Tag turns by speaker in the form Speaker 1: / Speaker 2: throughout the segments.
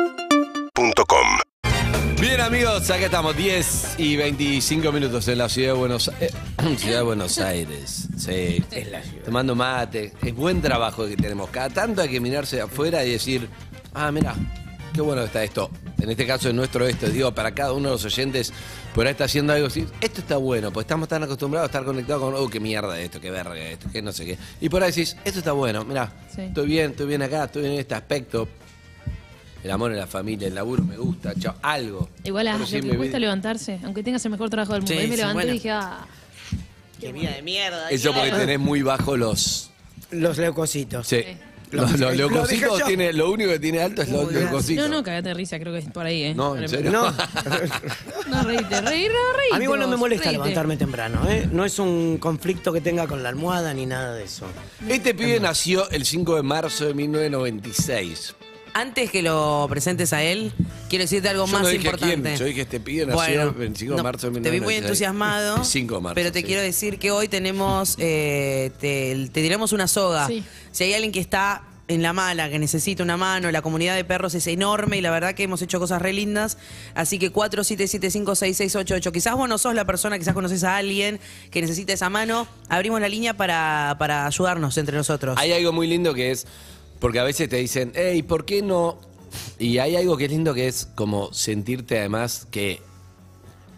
Speaker 1: UrbanaPlayFM.com
Speaker 2: Bien amigos, acá estamos, 10 y 25 minutos en la ciudad de Buenos Aires. ciudad de Buenos Aires, sí. Tomando mate, es buen trabajo que tenemos. Cada tanto hay que mirarse afuera y decir, ah, mira, qué bueno que está esto. En este caso es nuestro esto, digo, para cada uno de los oyentes, por ahí está haciendo algo así, esto está bueno, pues estamos tan acostumbrados a estar conectados con, oh, qué mierda esto, qué verga esto, qué no sé qué. Y por ahí decís, esto está bueno, mira,
Speaker 3: Sí.
Speaker 2: estoy bien, estoy bien acá, estoy bien en este aspecto. El amor en la familia, el laburo me gusta, chao, algo.
Speaker 3: Igual a
Speaker 2: Pero
Speaker 3: lo
Speaker 2: sí
Speaker 3: que
Speaker 2: me vi-
Speaker 3: cuesta levantarse, aunque tengas el mejor trabajo del mundo.
Speaker 4: Sí,
Speaker 3: Ahí me
Speaker 4: sí,
Speaker 3: levanté
Speaker 4: bueno.
Speaker 3: y dije, ah,
Speaker 4: Qué vida de mierda.
Speaker 2: Eso porque tenés muy bajo los.
Speaker 4: Los leucocitos.
Speaker 2: Sí. Los, los
Speaker 4: Lo
Speaker 2: leucocitos
Speaker 4: dije yo.
Speaker 2: tiene, lo único que tiene alto es los
Speaker 4: Muy bien.
Speaker 2: leucocitos.
Speaker 3: no, no, cagate de risa, creo que es por ahí, ¿eh?
Speaker 2: No,
Speaker 3: Por
Speaker 2: en
Speaker 3: el-
Speaker 2: serio.
Speaker 5: No.
Speaker 3: No, reíte, reír, no, reíte.
Speaker 5: A mí igual no me
Speaker 3: vos,
Speaker 5: molesta
Speaker 3: reíte.
Speaker 5: levantarme temprano, ¿eh? No es un conflicto que tenga con la almohada ni nada de eso.
Speaker 2: Este pibe nació el 5 de marzo de 1996.
Speaker 4: Antes que lo presentes a él, quiero decirte algo
Speaker 2: Yo
Speaker 4: más
Speaker 2: no dije
Speaker 4: importante.
Speaker 2: quién, yo dije este pibe nació el 25 de marzo de
Speaker 4: Te vi muy
Speaker 2: 1996.
Speaker 4: entusiasmado.
Speaker 2: El 5 de marzo,
Speaker 4: Pero te
Speaker 2: sí.
Speaker 4: quiero decir que hoy tenemos. eh, te, te tiramos una soga.
Speaker 3: Sí.
Speaker 4: Si hay alguien que está en la mala, que necesita una mano, la comunidad de perros es enorme y la verdad que hemos hecho cosas re lindas. Así que 47756688. Quizás vos no sos la persona, quizás conoces a alguien que necesita esa mano. Abrimos la línea para, para ayudarnos entre nosotros.
Speaker 2: Hay algo muy lindo que es, porque a veces te dicen, hey, ¿por qué no? Y hay algo que es lindo que es como sentirte además que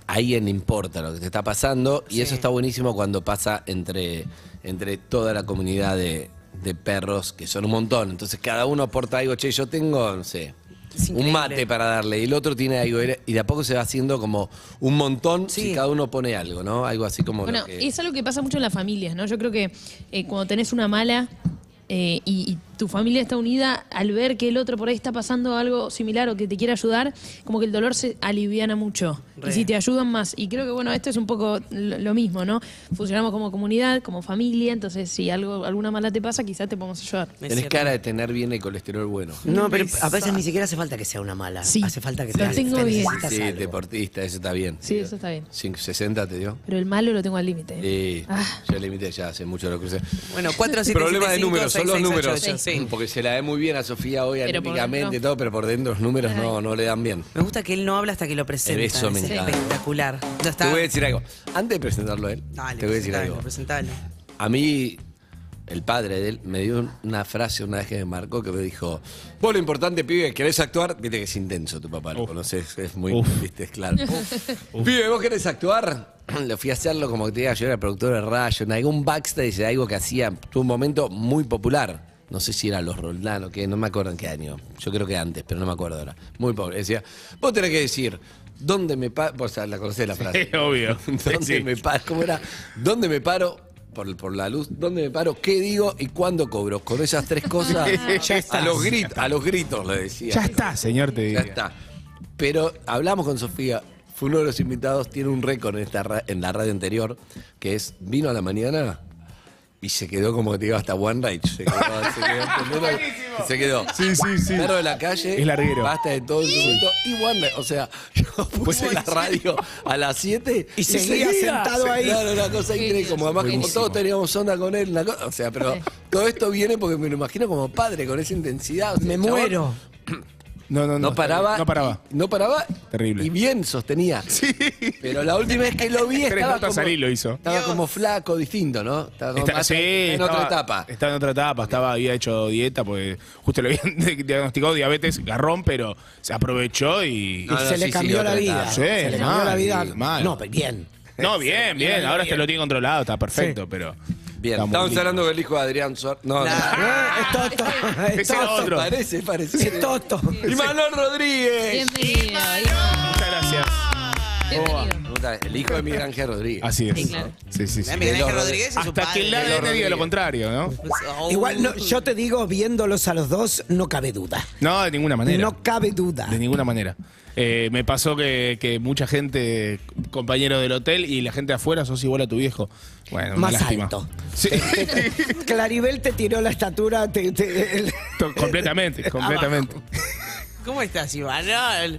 Speaker 2: a alguien le importa lo que te está pasando y eso está buenísimo cuando pasa entre, entre toda la comunidad de, de perros, que son un montón. Entonces cada uno aporta algo, che, yo tengo, no sé.
Speaker 4: Es increíble.
Speaker 2: Un mate para darle y el otro tiene algo y de a poco se va haciendo como un montón si
Speaker 4: Sí.
Speaker 2: cada uno pone algo, ¿no? Algo así como... lo
Speaker 3: Bueno,
Speaker 2: que-
Speaker 3: es algo que pasa mucho en las familias, ¿no? Yo creo que eh, cuando tenés una mala eh, y, y tu familia está unida, al ver que el otro por ahí está pasando algo similar o que te quiere ayudar, como que el dolor se aliviana mucho.
Speaker 4: Re.
Speaker 3: Y si te ayudan más. Y creo que, bueno, esto es un poco lo, lo mismo, ¿no? Funcionamos como comunidad, como familia, entonces si algo alguna mala te pasa, quizás te podemos ayudar.
Speaker 4: Es
Speaker 2: Tenés
Speaker 4: cierto.
Speaker 2: cara de tener bien el colesterol bueno.
Speaker 5: No, pero a veces ni siquiera hace falta que sea una mala.
Speaker 3: Sí,
Speaker 5: Hace falta que
Speaker 3: lo
Speaker 5: sea
Speaker 3: tengo bien.
Speaker 2: Sí,
Speaker 5: algo.
Speaker 2: deportista, eso está bien.
Speaker 3: Sí, eso está bien.
Speaker 2: 560 te dio.
Speaker 3: Pero el malo lo tengo al límite. ¿eh?
Speaker 2: Sí,
Speaker 3: Ah.
Speaker 2: yo limité ya hace mucho lo crucé.
Speaker 4: Bueno, 47756688.
Speaker 2: Problema de números, son los números.
Speaker 4: Sí.
Speaker 2: Porque se la ve muy bien a Sofía hoy
Speaker 3: Pero por
Speaker 2: anímicamente
Speaker 3: dentro.
Speaker 2: y todo, pero por dentro los números no, no le dan bien.
Speaker 4: Me gusta que él no habla hasta que lo presenta.
Speaker 2: Eso me
Speaker 4: es
Speaker 2: encanta.
Speaker 4: espectacular. Ya está.
Speaker 2: Te voy a decir algo. Antes de presentarlo a él,
Speaker 4: Dale,
Speaker 2: te voy a decir
Speaker 4: presentalo,
Speaker 2: algo.
Speaker 4: presentalo.
Speaker 2: A mí, el padre de él me dio una frase una vez que me marcó que me dijo: Vos lo importante, pibe, ¿querés actuar? Viste que es intenso tu papá, lo conoces, es muy, viste, es claro. Pibe, ¿vos querés actuar? Lo fui a hacerlo como que te diga, yo era productor de rayo, en algún backstage de algo que hacía, tuvo un momento muy popular. No sé si era Los Roldán o qué, no me acuerdo en qué año. Yo creo que antes, pero no me acuerdo ahora. Muy pobre. Decía, vos tenés que decir, ¿dónde me pa-? O sea, la conocés la frase.
Speaker 6: obvio.
Speaker 2: ¿Dónde
Speaker 6: Sí, sí.
Speaker 2: me paro? ¿Cómo era? ¿Dónde me paro? Por, por la luz, ¿dónde me paro? ¿Qué digo y cuándo cobro? Con esas tres cosas,
Speaker 6: Ya
Speaker 2: a,
Speaker 6: estás.
Speaker 2: los gritos, a los gritos le decía.
Speaker 6: Ya está, señor, te
Speaker 2: Ya
Speaker 6: digo.
Speaker 2: está. Pero hablamos con Sofía, fue uno de los invitados, tiene un récord en, esta ra- en la radio anterior, que es vino a la mañana y se quedó como que te digo hasta One Rage. Se quedó, se quedó, ¿entendés? Se quedó.
Speaker 6: Sí, sí, sí.
Speaker 2: Perro de la calle.
Speaker 6: Es larguero. Pues
Speaker 2: Basta de todo el mundo. Y Wanda, o sea, yo puse la radio a las 7
Speaker 5: Y seguía sentado ahí.
Speaker 2: Claro, una cosa increíble. Como además, como
Speaker 6: Buenísimo.
Speaker 2: todos teníamos onda con él. una cosa- o sea, pero todo esto viene porque me lo imagino como padre, con esa intensidad. o sea,
Speaker 5: Me
Speaker 2: el chabón
Speaker 5: muero.
Speaker 6: No, no, no.
Speaker 2: No paraba.
Speaker 6: No paraba.
Speaker 2: y- no paraba.
Speaker 6: Terrible.
Speaker 2: Y bien sostenía. Sí. Pero la última vez que lo vi
Speaker 6: Tres
Speaker 2: estaba
Speaker 6: notas
Speaker 2: como,
Speaker 6: al hilo hizo.
Speaker 2: Estaba como flaco, distinto, ¿no? Estaba como
Speaker 6: Está-
Speaker 2: más-
Speaker 6: sí,
Speaker 2: en otra
Speaker 6: estaba-
Speaker 2: etapa.
Speaker 6: Estaba en otra etapa, estaba, había hecho dieta, porque justo le habían diagnosticado diabetes, garrón, pero se aprovechó y.
Speaker 2: No, no,
Speaker 5: se le
Speaker 2: sí, sí,
Speaker 5: cambió
Speaker 2: otra
Speaker 5: la vida.
Speaker 2: etapa.
Speaker 6: Sí,
Speaker 5: se le cambió
Speaker 6: mal,
Speaker 5: la vida.
Speaker 6: mal.
Speaker 5: No, pero bien.
Speaker 6: No, bien, bien. Ahora te lo tiene controlado, está perfecto, pero.
Speaker 2: Bien,
Speaker 6: está muy
Speaker 2: estamos
Speaker 6: lindo.
Speaker 2: hablando del hijo de Adrián Suárez. No,
Speaker 4: Claro.
Speaker 5: Eh, es Toto. Es
Speaker 6: Ese era
Speaker 5: Toto.
Speaker 6: otro.
Speaker 2: Parece, parece.
Speaker 5: Es Toto.
Speaker 2: Y Manuel Rodríguez.
Speaker 3: Bienvenido,
Speaker 6: Muchas gracias.
Speaker 3: bienvenido.
Speaker 2: Puta, El hijo de Miguel Ángel Rodríguez.
Speaker 6: Así es.
Speaker 3: Sí, claro.
Speaker 6: Sí, sí, sí.
Speaker 4: Miguel
Speaker 2: De los
Speaker 4: Ángel Rodríguez y su
Speaker 6: Hasta que
Speaker 4: padre.
Speaker 6: el ADN diga lo contrario, ¿no?
Speaker 4: Oh.
Speaker 5: Igual, no, yo te digo, viéndolos a los dos, no cabe duda.
Speaker 6: No, de ninguna manera.
Speaker 5: No cabe duda.
Speaker 6: De ninguna manera. Eh, me pasó que, que mucha gente, compañero del hotel y la gente afuera, sos igual a tu viejo. Bueno, una
Speaker 5: Más
Speaker 6: lástima.
Speaker 5: alto.
Speaker 6: Sí.
Speaker 5: Claribel te tiró la estatura. te- te- el-
Speaker 6: To- completamente, completamente.
Speaker 4: ¿Cómo estás, Iván?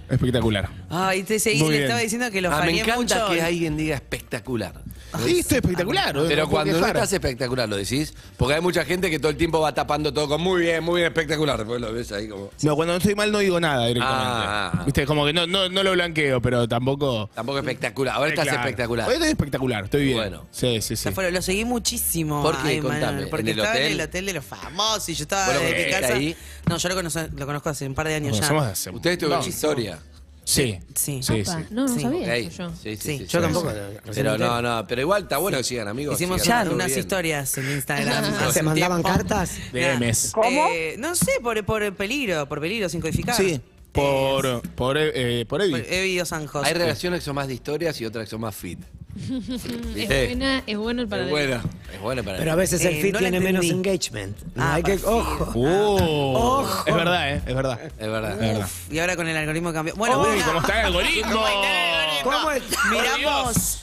Speaker 6: Espectacular.
Speaker 4: Ay, te seguí,
Speaker 6: Muy
Speaker 4: le
Speaker 6: bien.
Speaker 4: estaba diciendo que lo
Speaker 2: Ah, me
Speaker 4: faría
Speaker 2: encanta
Speaker 4: mucho.
Speaker 2: que alguien diga espectacular.
Speaker 6: Sí, esto Ah, es espectacular. no
Speaker 2: Pero
Speaker 6: puedo
Speaker 2: cuando no
Speaker 6: quejar.
Speaker 2: estás espectacular, lo decís, porque hay mucha gente que todo el tiempo va tapando todo con muy bien, muy bien, espectacular. Después lo ves ahí como.
Speaker 6: No, cuando estoy mal no digo nada directamente.
Speaker 2: Ah.
Speaker 6: Viste, como que no, no, no lo blanqueo, pero tampoco.
Speaker 2: Tampoco espectacular. Ahora
Speaker 6: Eh,
Speaker 2: estás
Speaker 6: claro.
Speaker 2: espectacular.
Speaker 6: Hoy estoy espectacular, estoy bien.
Speaker 2: Bueno.
Speaker 6: Sí, sí, sí.
Speaker 4: Ya fueron, lo seguí muchísimo.
Speaker 2: ¿Por qué?
Speaker 4: Ay, Manuel,
Speaker 2: Contame,
Speaker 4: Porque
Speaker 2: ¿en el
Speaker 4: estaba en
Speaker 2: hotel?
Speaker 4: el hotel de los famosos y yo estaba
Speaker 2: ¿Vos lo
Speaker 4: de mi
Speaker 2: conociste
Speaker 4: casa.
Speaker 2: ahí?
Speaker 4: No, yo lo conozco, lo conozco hace un par de años
Speaker 6: Nos
Speaker 4: ya.
Speaker 6: conocemos hace-
Speaker 2: Ustedes tuvieron una historia.
Speaker 6: Sí.
Speaker 4: Sí.
Speaker 6: Sí,
Speaker 3: Apa,
Speaker 6: sí.
Speaker 3: No, no
Speaker 4: Sí.
Speaker 3: sabía
Speaker 2: Ok.
Speaker 3: eso yo.
Speaker 2: Sí, sí,
Speaker 4: Sí,
Speaker 2: sí,
Speaker 5: Yo
Speaker 2: sí,
Speaker 5: tampoco.
Speaker 2: sí.
Speaker 5: recién
Speaker 2: Pero
Speaker 5: entré.
Speaker 2: no, no, pero igual está bueno que sigan, amigos.
Speaker 4: Hicimos
Speaker 2: sigan,
Speaker 4: ya
Speaker 2: todo
Speaker 4: unas
Speaker 2: bien.
Speaker 4: historias en Instagram.
Speaker 5: Ah,
Speaker 4: hace
Speaker 5: ¿Se mandaban
Speaker 4: tiempo.
Speaker 5: cartas?
Speaker 6: DMs.
Speaker 1: ¿Cómo?
Speaker 4: Eh, no sé, por, por peligro, por peligro, sin codificar.
Speaker 6: Sí. Por, por, eh, por Evi.
Speaker 4: Por Evi Dos Anjos.
Speaker 2: Hay relaciones que son más de historias y otras que son más fit.
Speaker 3: Es
Speaker 2: Sí.
Speaker 3: buena, es bueno el
Speaker 2: Es
Speaker 3: paralelo.
Speaker 2: bueno. Es bueno para
Speaker 5: Pero a veces el
Speaker 4: Eh,
Speaker 5: fit
Speaker 4: no la
Speaker 5: tiene menos
Speaker 4: entendí.
Speaker 5: engagement. No,
Speaker 4: Ah,
Speaker 5: hay que,
Speaker 4: perfil.
Speaker 5: ojo.
Speaker 6: Oh. Es verdad, ¿eh? Es verdad.
Speaker 2: Es verdad.
Speaker 6: Es verdad.
Speaker 4: Y ahora con el algoritmo cambió. Bueno,
Speaker 6: Uy,
Speaker 4: bueno.
Speaker 6: Oh, ¿cómo está Ah, el algoritmo?
Speaker 4: ¿Cómo está el algoritmo?
Speaker 5: ¿Cómo es?
Speaker 4: Miramos,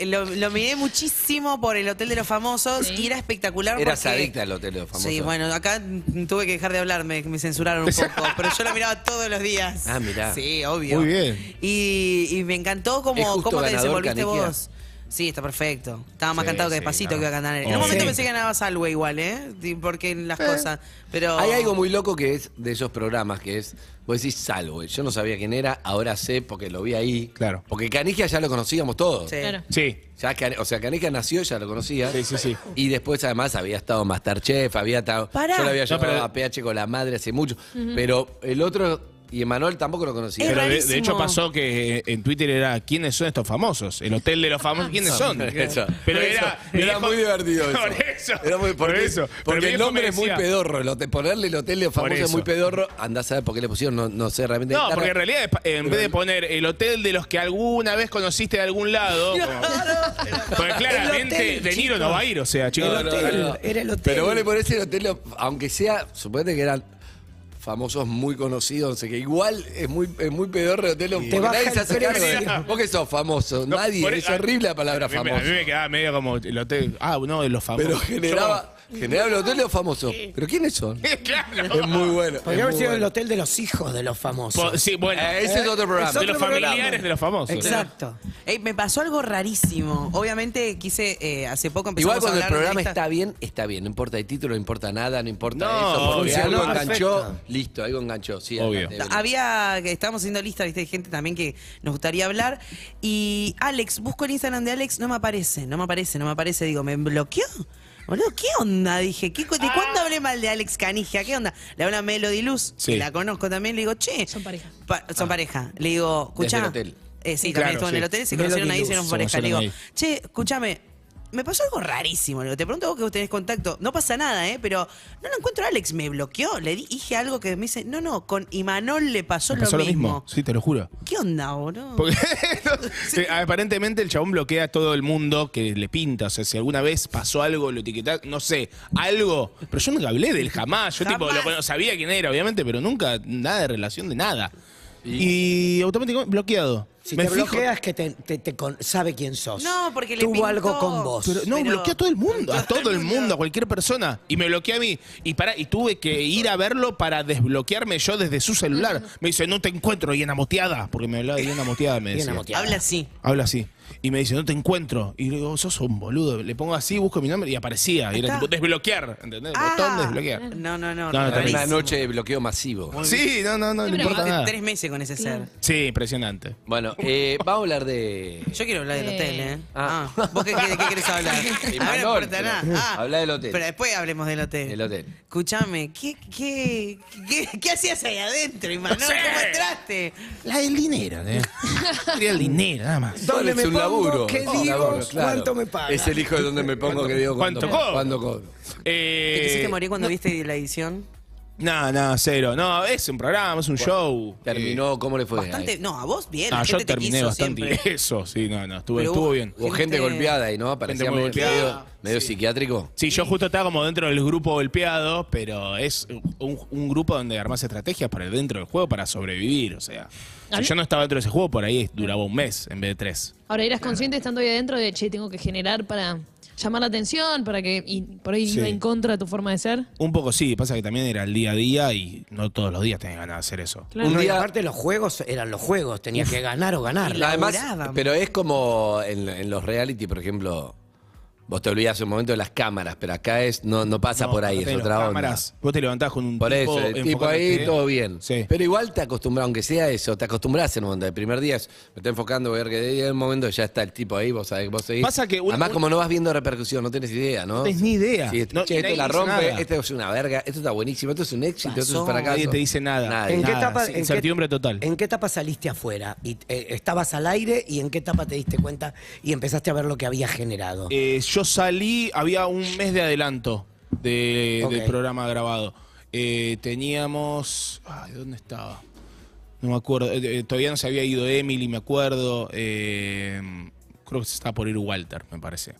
Speaker 4: el, lo, lo miré muchísimo por el Hotel de los Famosos y era espectacular.
Speaker 2: Eras
Speaker 4: porque-
Speaker 2: adicta al hotel de los famosos.
Speaker 4: Sí, bueno, acá mm, tuve que dejar de hablarme, que me censuraron un poco, pero yo la miraba todos los días.
Speaker 2: Ah, mirá.
Speaker 4: Sí, obvio.
Speaker 6: Muy bien.
Speaker 4: Y, y me encantó
Speaker 2: Es
Speaker 4: cómo,
Speaker 2: justo
Speaker 4: cómo te
Speaker 2: ganador
Speaker 4: desenvolviste
Speaker 2: Canigia.
Speaker 4: vos. Sí, está perfecto. Estaba más
Speaker 6: Sí,
Speaker 4: cantado que
Speaker 6: sí,
Speaker 4: despacito
Speaker 6: claro.
Speaker 4: que iba a cantar. En
Speaker 6: Obvio.
Speaker 4: un momento
Speaker 6: Sí.
Speaker 4: pensé que ganaba Salwe igual, ¿eh? Di- Porque en las cosas. Pero.
Speaker 2: Hay algo muy loco que es de esos programas que es, vos decís salvo, yo no sabía quién era, ahora sé porque lo vi ahí.
Speaker 6: Claro.
Speaker 2: Porque Canigia ya lo conocíamos todos.
Speaker 4: Sí.
Speaker 3: Claro.
Speaker 6: Sí.
Speaker 2: Ya Can- o sea, Canigia nació, ya lo conocía.
Speaker 6: Sí, sí, sí.
Speaker 2: Y después además había estado en Masterchef, había estado.
Speaker 4: Pará.
Speaker 2: Yo lo había
Speaker 6: No,
Speaker 2: llevado
Speaker 6: pero-
Speaker 2: a PH con la madre hace mucho. Pero el otro, y Emanuel tampoco lo conocía.
Speaker 6: Pero de, de
Speaker 4: rarísimo.
Speaker 6: hecho pasó que eh, en Twitter era ¿Quiénes son estos famosos? El hotel de los famosos, ¿quiénes son?
Speaker 2: Eso.
Speaker 6: Pero
Speaker 2: Por
Speaker 6: era,
Speaker 2: eso. Era muy divertido eso.
Speaker 6: Por eso.
Speaker 2: Era muy-
Speaker 6: por eso. Pero mi
Speaker 2: Porque el
Speaker 6: viejo
Speaker 2: nombre
Speaker 6: me
Speaker 2: es muy
Speaker 6: decía-
Speaker 2: pedorro. el hotel- ponerle el hotel de famoso es
Speaker 6: eso.
Speaker 2: muy pedorro. Andá a saber por qué le pusieron, no, no sé realmente.
Speaker 6: No,
Speaker 2: Está
Speaker 6: porque en
Speaker 2: raro.
Speaker 6: realidad eh, en vez de poner el hotel de los que alguna vez conociste de algún lado, como- porque claramente
Speaker 5: hotel,
Speaker 6: De Niro no va a ir, o sea, chicos.
Speaker 2: No, no,
Speaker 5: hotel,
Speaker 2: no, no.
Speaker 5: era el hotel.
Speaker 2: Pero vos le ponés el hotel, lo- aunque sea, suponete que eran famosos muy conocidos, no sé qué, igual es muy, es muy pedorro el hotel, porque
Speaker 5: baja
Speaker 2: nadie se
Speaker 5: el
Speaker 2: hace cargo de-
Speaker 5: precio.
Speaker 2: Vos que sos famoso,
Speaker 6: No,
Speaker 2: nadie,
Speaker 6: por
Speaker 2: es
Speaker 6: eso-
Speaker 2: horrible la palabra
Speaker 6: a mí me-
Speaker 2: famoso.
Speaker 6: A mí me quedaba medio como el hotel. Ah, no, de los famosos.
Speaker 2: Pero
Speaker 6: Yo
Speaker 2: generaba, generaba el hotel de los famosos. ¿Pero quiénes son?
Speaker 6: como- claro.
Speaker 2: Es muy bueno.
Speaker 5: Podría
Speaker 2: es
Speaker 5: haber
Speaker 2: muy
Speaker 5: sido el
Speaker 2: bueno.
Speaker 5: hotel de los hijos de los famosos.
Speaker 4: Pues,
Speaker 6: Po- sí, bueno.
Speaker 2: Eh, ese es otro programa.
Speaker 6: de los
Speaker 5: otro programa.
Speaker 6: familiares de los famosos.
Speaker 5: Exacto.
Speaker 4: Ey, me pasó algo rarísimo. Obviamente quise, eh, hace poco empezamos
Speaker 2: Igual cuando
Speaker 4: a
Speaker 2: el
Speaker 4: hablar de
Speaker 2: programa
Speaker 4: esta-
Speaker 2: está bien, está bien. No importa el título, no importa nada, no importa
Speaker 6: No,
Speaker 2: eso. Porque
Speaker 6: obvio.
Speaker 2: algo
Speaker 5: No,
Speaker 2: enganchó,
Speaker 5: perfecto. Ah,
Speaker 2: listo, algo enganchó. Sí,
Speaker 6: Obvio.
Speaker 2: adelante, Belén.
Speaker 4: Había, que estábamos haciendo lista, viste, de gente también que nos gustaría hablar. Y Alex, busco el Instagram de Alex, no me aparece, no me aparece, no me aparece. Digo, ¿me bloqueó? Boludo, ¿qué onda? Dije, ¿qué, co- ¿de cuándo hablé mal de Alex Canigia? ¿Qué onda? Le habla Melody Luz,
Speaker 6: Sí. Ah.
Speaker 4: que la conozco también. Le digo, che.
Speaker 3: Son pareja.
Speaker 4: pa- son pareja. Le digo,
Speaker 2: Desde el
Speaker 4: escuchá.
Speaker 2: hotel.
Speaker 4: Eh, sí,
Speaker 6: Claro,
Speaker 4: también estuvo en
Speaker 6: sí.
Speaker 4: el hotel, se
Speaker 6: Melody
Speaker 4: conocieron ahí,
Speaker 6: Luz,
Speaker 4: hicieron
Speaker 6: se
Speaker 4: pareja. Le digo,
Speaker 6: conocieron
Speaker 4: che, escúchame, me pasó algo rarísimo. le digo, Te pregunto vos que vos tenés contacto. No pasa nada, ¿eh? Pero no lo encuentro a Alex. Me bloqueó. Le di- dije algo que me dice, no, no, con Imanol le pasó,
Speaker 6: Me pasó
Speaker 4: lo,
Speaker 6: lo
Speaker 4: mismo.
Speaker 6: mismo. Sí, te lo juro.
Speaker 4: ¿Qué onda, boludo?
Speaker 6: Porque eh, aparentemente el chabón bloquea a todo el mundo que le pinta. O sea, si alguna vez pasó algo, lo etiquetás, no sé, algo. Pero yo nunca hablé del jamás. Yo tipo,
Speaker 4: Jamás.
Speaker 6: lo cono- sabía quién era, obviamente, pero nunca nada de relación de nada. Y, automáticamente bloqueado.
Speaker 5: Si
Speaker 6: Me
Speaker 5: te
Speaker 6: fijo-
Speaker 5: bloqueas que te, te- te con- sabe quién sos.
Speaker 4: No, porque le
Speaker 5: Tuvo
Speaker 4: pintó.
Speaker 5: algo con vos.
Speaker 6: Pero, no,
Speaker 4: Pero-
Speaker 6: bloquea a todo el mundo, a todo el mundo, a cualquier persona. Y me bloquea a mí. Y para, y tuve que ir a verlo para desbloquearme yo desde su celular. Me dice, no te encuentro, y enamoteada. Porque me hablaba de enamoteada, me decía.
Speaker 5: enamoteada.
Speaker 4: Habla así.
Speaker 6: Habla así. Y me dice, no te encuentro. Y le digo, sos un boludo. Le pongo así, busco mi nombre y aparecía. Y era
Speaker 4: Está.
Speaker 6: tipo, desbloquear. ¿Entendés?
Speaker 4: Ah.
Speaker 6: Botón desbloquear.
Speaker 4: No, no, no.
Speaker 6: No, no,
Speaker 2: Era
Speaker 4: rarísimo.
Speaker 6: también.
Speaker 2: Una noche de bloqueo masivo.
Speaker 6: Sí, no, no, no, no
Speaker 3: pero
Speaker 6: importa
Speaker 4: Hace
Speaker 6: nada.
Speaker 4: Tres meses con ese ser.
Speaker 6: Sí, impresionante.
Speaker 2: Bueno, eh, vamos a hablar de.
Speaker 4: Yo quiero hablar del
Speaker 3: Eh.
Speaker 4: hotel, ¿eh?
Speaker 2: Ah.
Speaker 4: Ah. ¿Vos qué, qué- qué querés hablar?
Speaker 2: Y
Speaker 4: A mí no
Speaker 2: Manol,
Speaker 4: importa
Speaker 2: pero-
Speaker 4: nada. Ah.
Speaker 2: Habla del hotel.
Speaker 4: Pero después hablemos del hotel.
Speaker 2: Del hotel.
Speaker 4: Escuchame, ¿qué, qué, qué, qué hacías ahí adentro, Imanol?
Speaker 6: No sé.
Speaker 4: ¿Cómo entraste?
Speaker 6: La del dinero, ¿eh? Quería el dinero, nada más.
Speaker 5: ¿Dónde
Speaker 2: es
Speaker 5: me
Speaker 2: un
Speaker 5: pongo?
Speaker 2: laburo.
Speaker 5: ¿Qué
Speaker 2: es un
Speaker 5: digo?
Speaker 2: laburo, claro.
Speaker 5: ¿Cuánto me pagan?
Speaker 2: Es el hijo de donde me pongo que digo cuando
Speaker 6: ¿Cuánto cobro?
Speaker 2: cuándo cobro.
Speaker 4: ¿Te quisiste
Speaker 6: Eh,
Speaker 4: morir cuando viste la edición?
Speaker 6: no, no, cero. No, es un programa, es un show. Eh,
Speaker 2: Terminó, ¿cómo le fue?
Speaker 4: Bastante. No, a vos bien. la
Speaker 6: no, Ah, yo
Speaker 4: gente te
Speaker 6: terminé
Speaker 4: quiso
Speaker 6: bastante
Speaker 4: siempre.
Speaker 6: eso. Sí, no, no, estuvo,
Speaker 4: Pero
Speaker 6: estuvo
Speaker 4: hubo-
Speaker 6: bien.
Speaker 2: Hubo gente
Speaker 4: Gente-
Speaker 2: golpeada y no, parecía
Speaker 6: muy
Speaker 2: medio,
Speaker 6: golpeada,
Speaker 2: medio psiquiátrico.
Speaker 6: Sí, yo justo estaba como dentro del grupo golpeado, pero es un, un grupo donde armás estrategias para dentro del juego para sobrevivir. O sea,
Speaker 3: ¿A
Speaker 6: si
Speaker 3: mí?
Speaker 6: yo no estaba dentro de ese juego, por ahí duraba un mes en vez de tres.
Speaker 3: Ahora, eras consciente estando ahí adentro de, che, tengo que generar para llamar la atención, para que y por ahí
Speaker 6: Sí.
Speaker 3: iba en contra de tu forma de ser.
Speaker 6: Un poco sí, pasa que también era el día a día y no todos los días tenés ganas de hacer eso.
Speaker 3: Claro.
Speaker 5: No, y
Speaker 2: día-
Speaker 5: aparte los juegos eran los juegos, tenías que ganar o ganar.
Speaker 2: Además,
Speaker 4: laburábamos.
Speaker 2: pero es como en, en los reality, por ejemplo, vos te olvidás un momento de las cámaras, pero acá es no, no pasa
Speaker 6: No,
Speaker 2: por ahí,
Speaker 6: aparte
Speaker 2: es
Speaker 6: de las
Speaker 2: otra onda.
Speaker 6: cámaras, Vos te levantás con un
Speaker 2: Por
Speaker 6: tipo
Speaker 2: eso, el tipo
Speaker 6: enfocándote.
Speaker 2: ahí, todo bien.
Speaker 6: Sí.
Speaker 2: Pero igual te acostumbras, aunque sea eso, te acostumbras en un momento. El primer día es, me está enfocando, voy a ver que en un momento ya está el tipo ahí, vos sabés, vos seguís.
Speaker 6: Pasa que un-
Speaker 2: Además,
Speaker 6: un-
Speaker 2: como no vas viendo repercusión, no tenés idea, ¿no?
Speaker 6: No tenés ni idea.
Speaker 2: Sí, este,
Speaker 6: No,
Speaker 2: che,
Speaker 6: y
Speaker 2: este
Speaker 6: nadie
Speaker 2: la
Speaker 6: dice
Speaker 2: rompe,
Speaker 6: nada.
Speaker 2: este es una verga, esto está buenísimo, esto es un éxito, esto es un fracaso.
Speaker 6: Nadie te dice nada.
Speaker 2: Nadie.
Speaker 5: ¿En qué,
Speaker 6: Nada,
Speaker 5: etapa,
Speaker 6: sí,
Speaker 5: en qué-
Speaker 6: incertidumbre total.
Speaker 5: ¿En qué etapa saliste afuera? Y, eh, ¿Estabas al aire y en qué etapa te diste cuenta y empezaste a ver lo que había generado?
Speaker 6: Eh, yo salí, había un mes de adelanto de-
Speaker 5: Ok.
Speaker 6: del programa grabado. Eh, teníamos. Ay, ¿dónde estaba? No me acuerdo. Eh, eh, todavía no se había ido Emily, me acuerdo. Eh, creo que se estaba por ir Walter, me parece.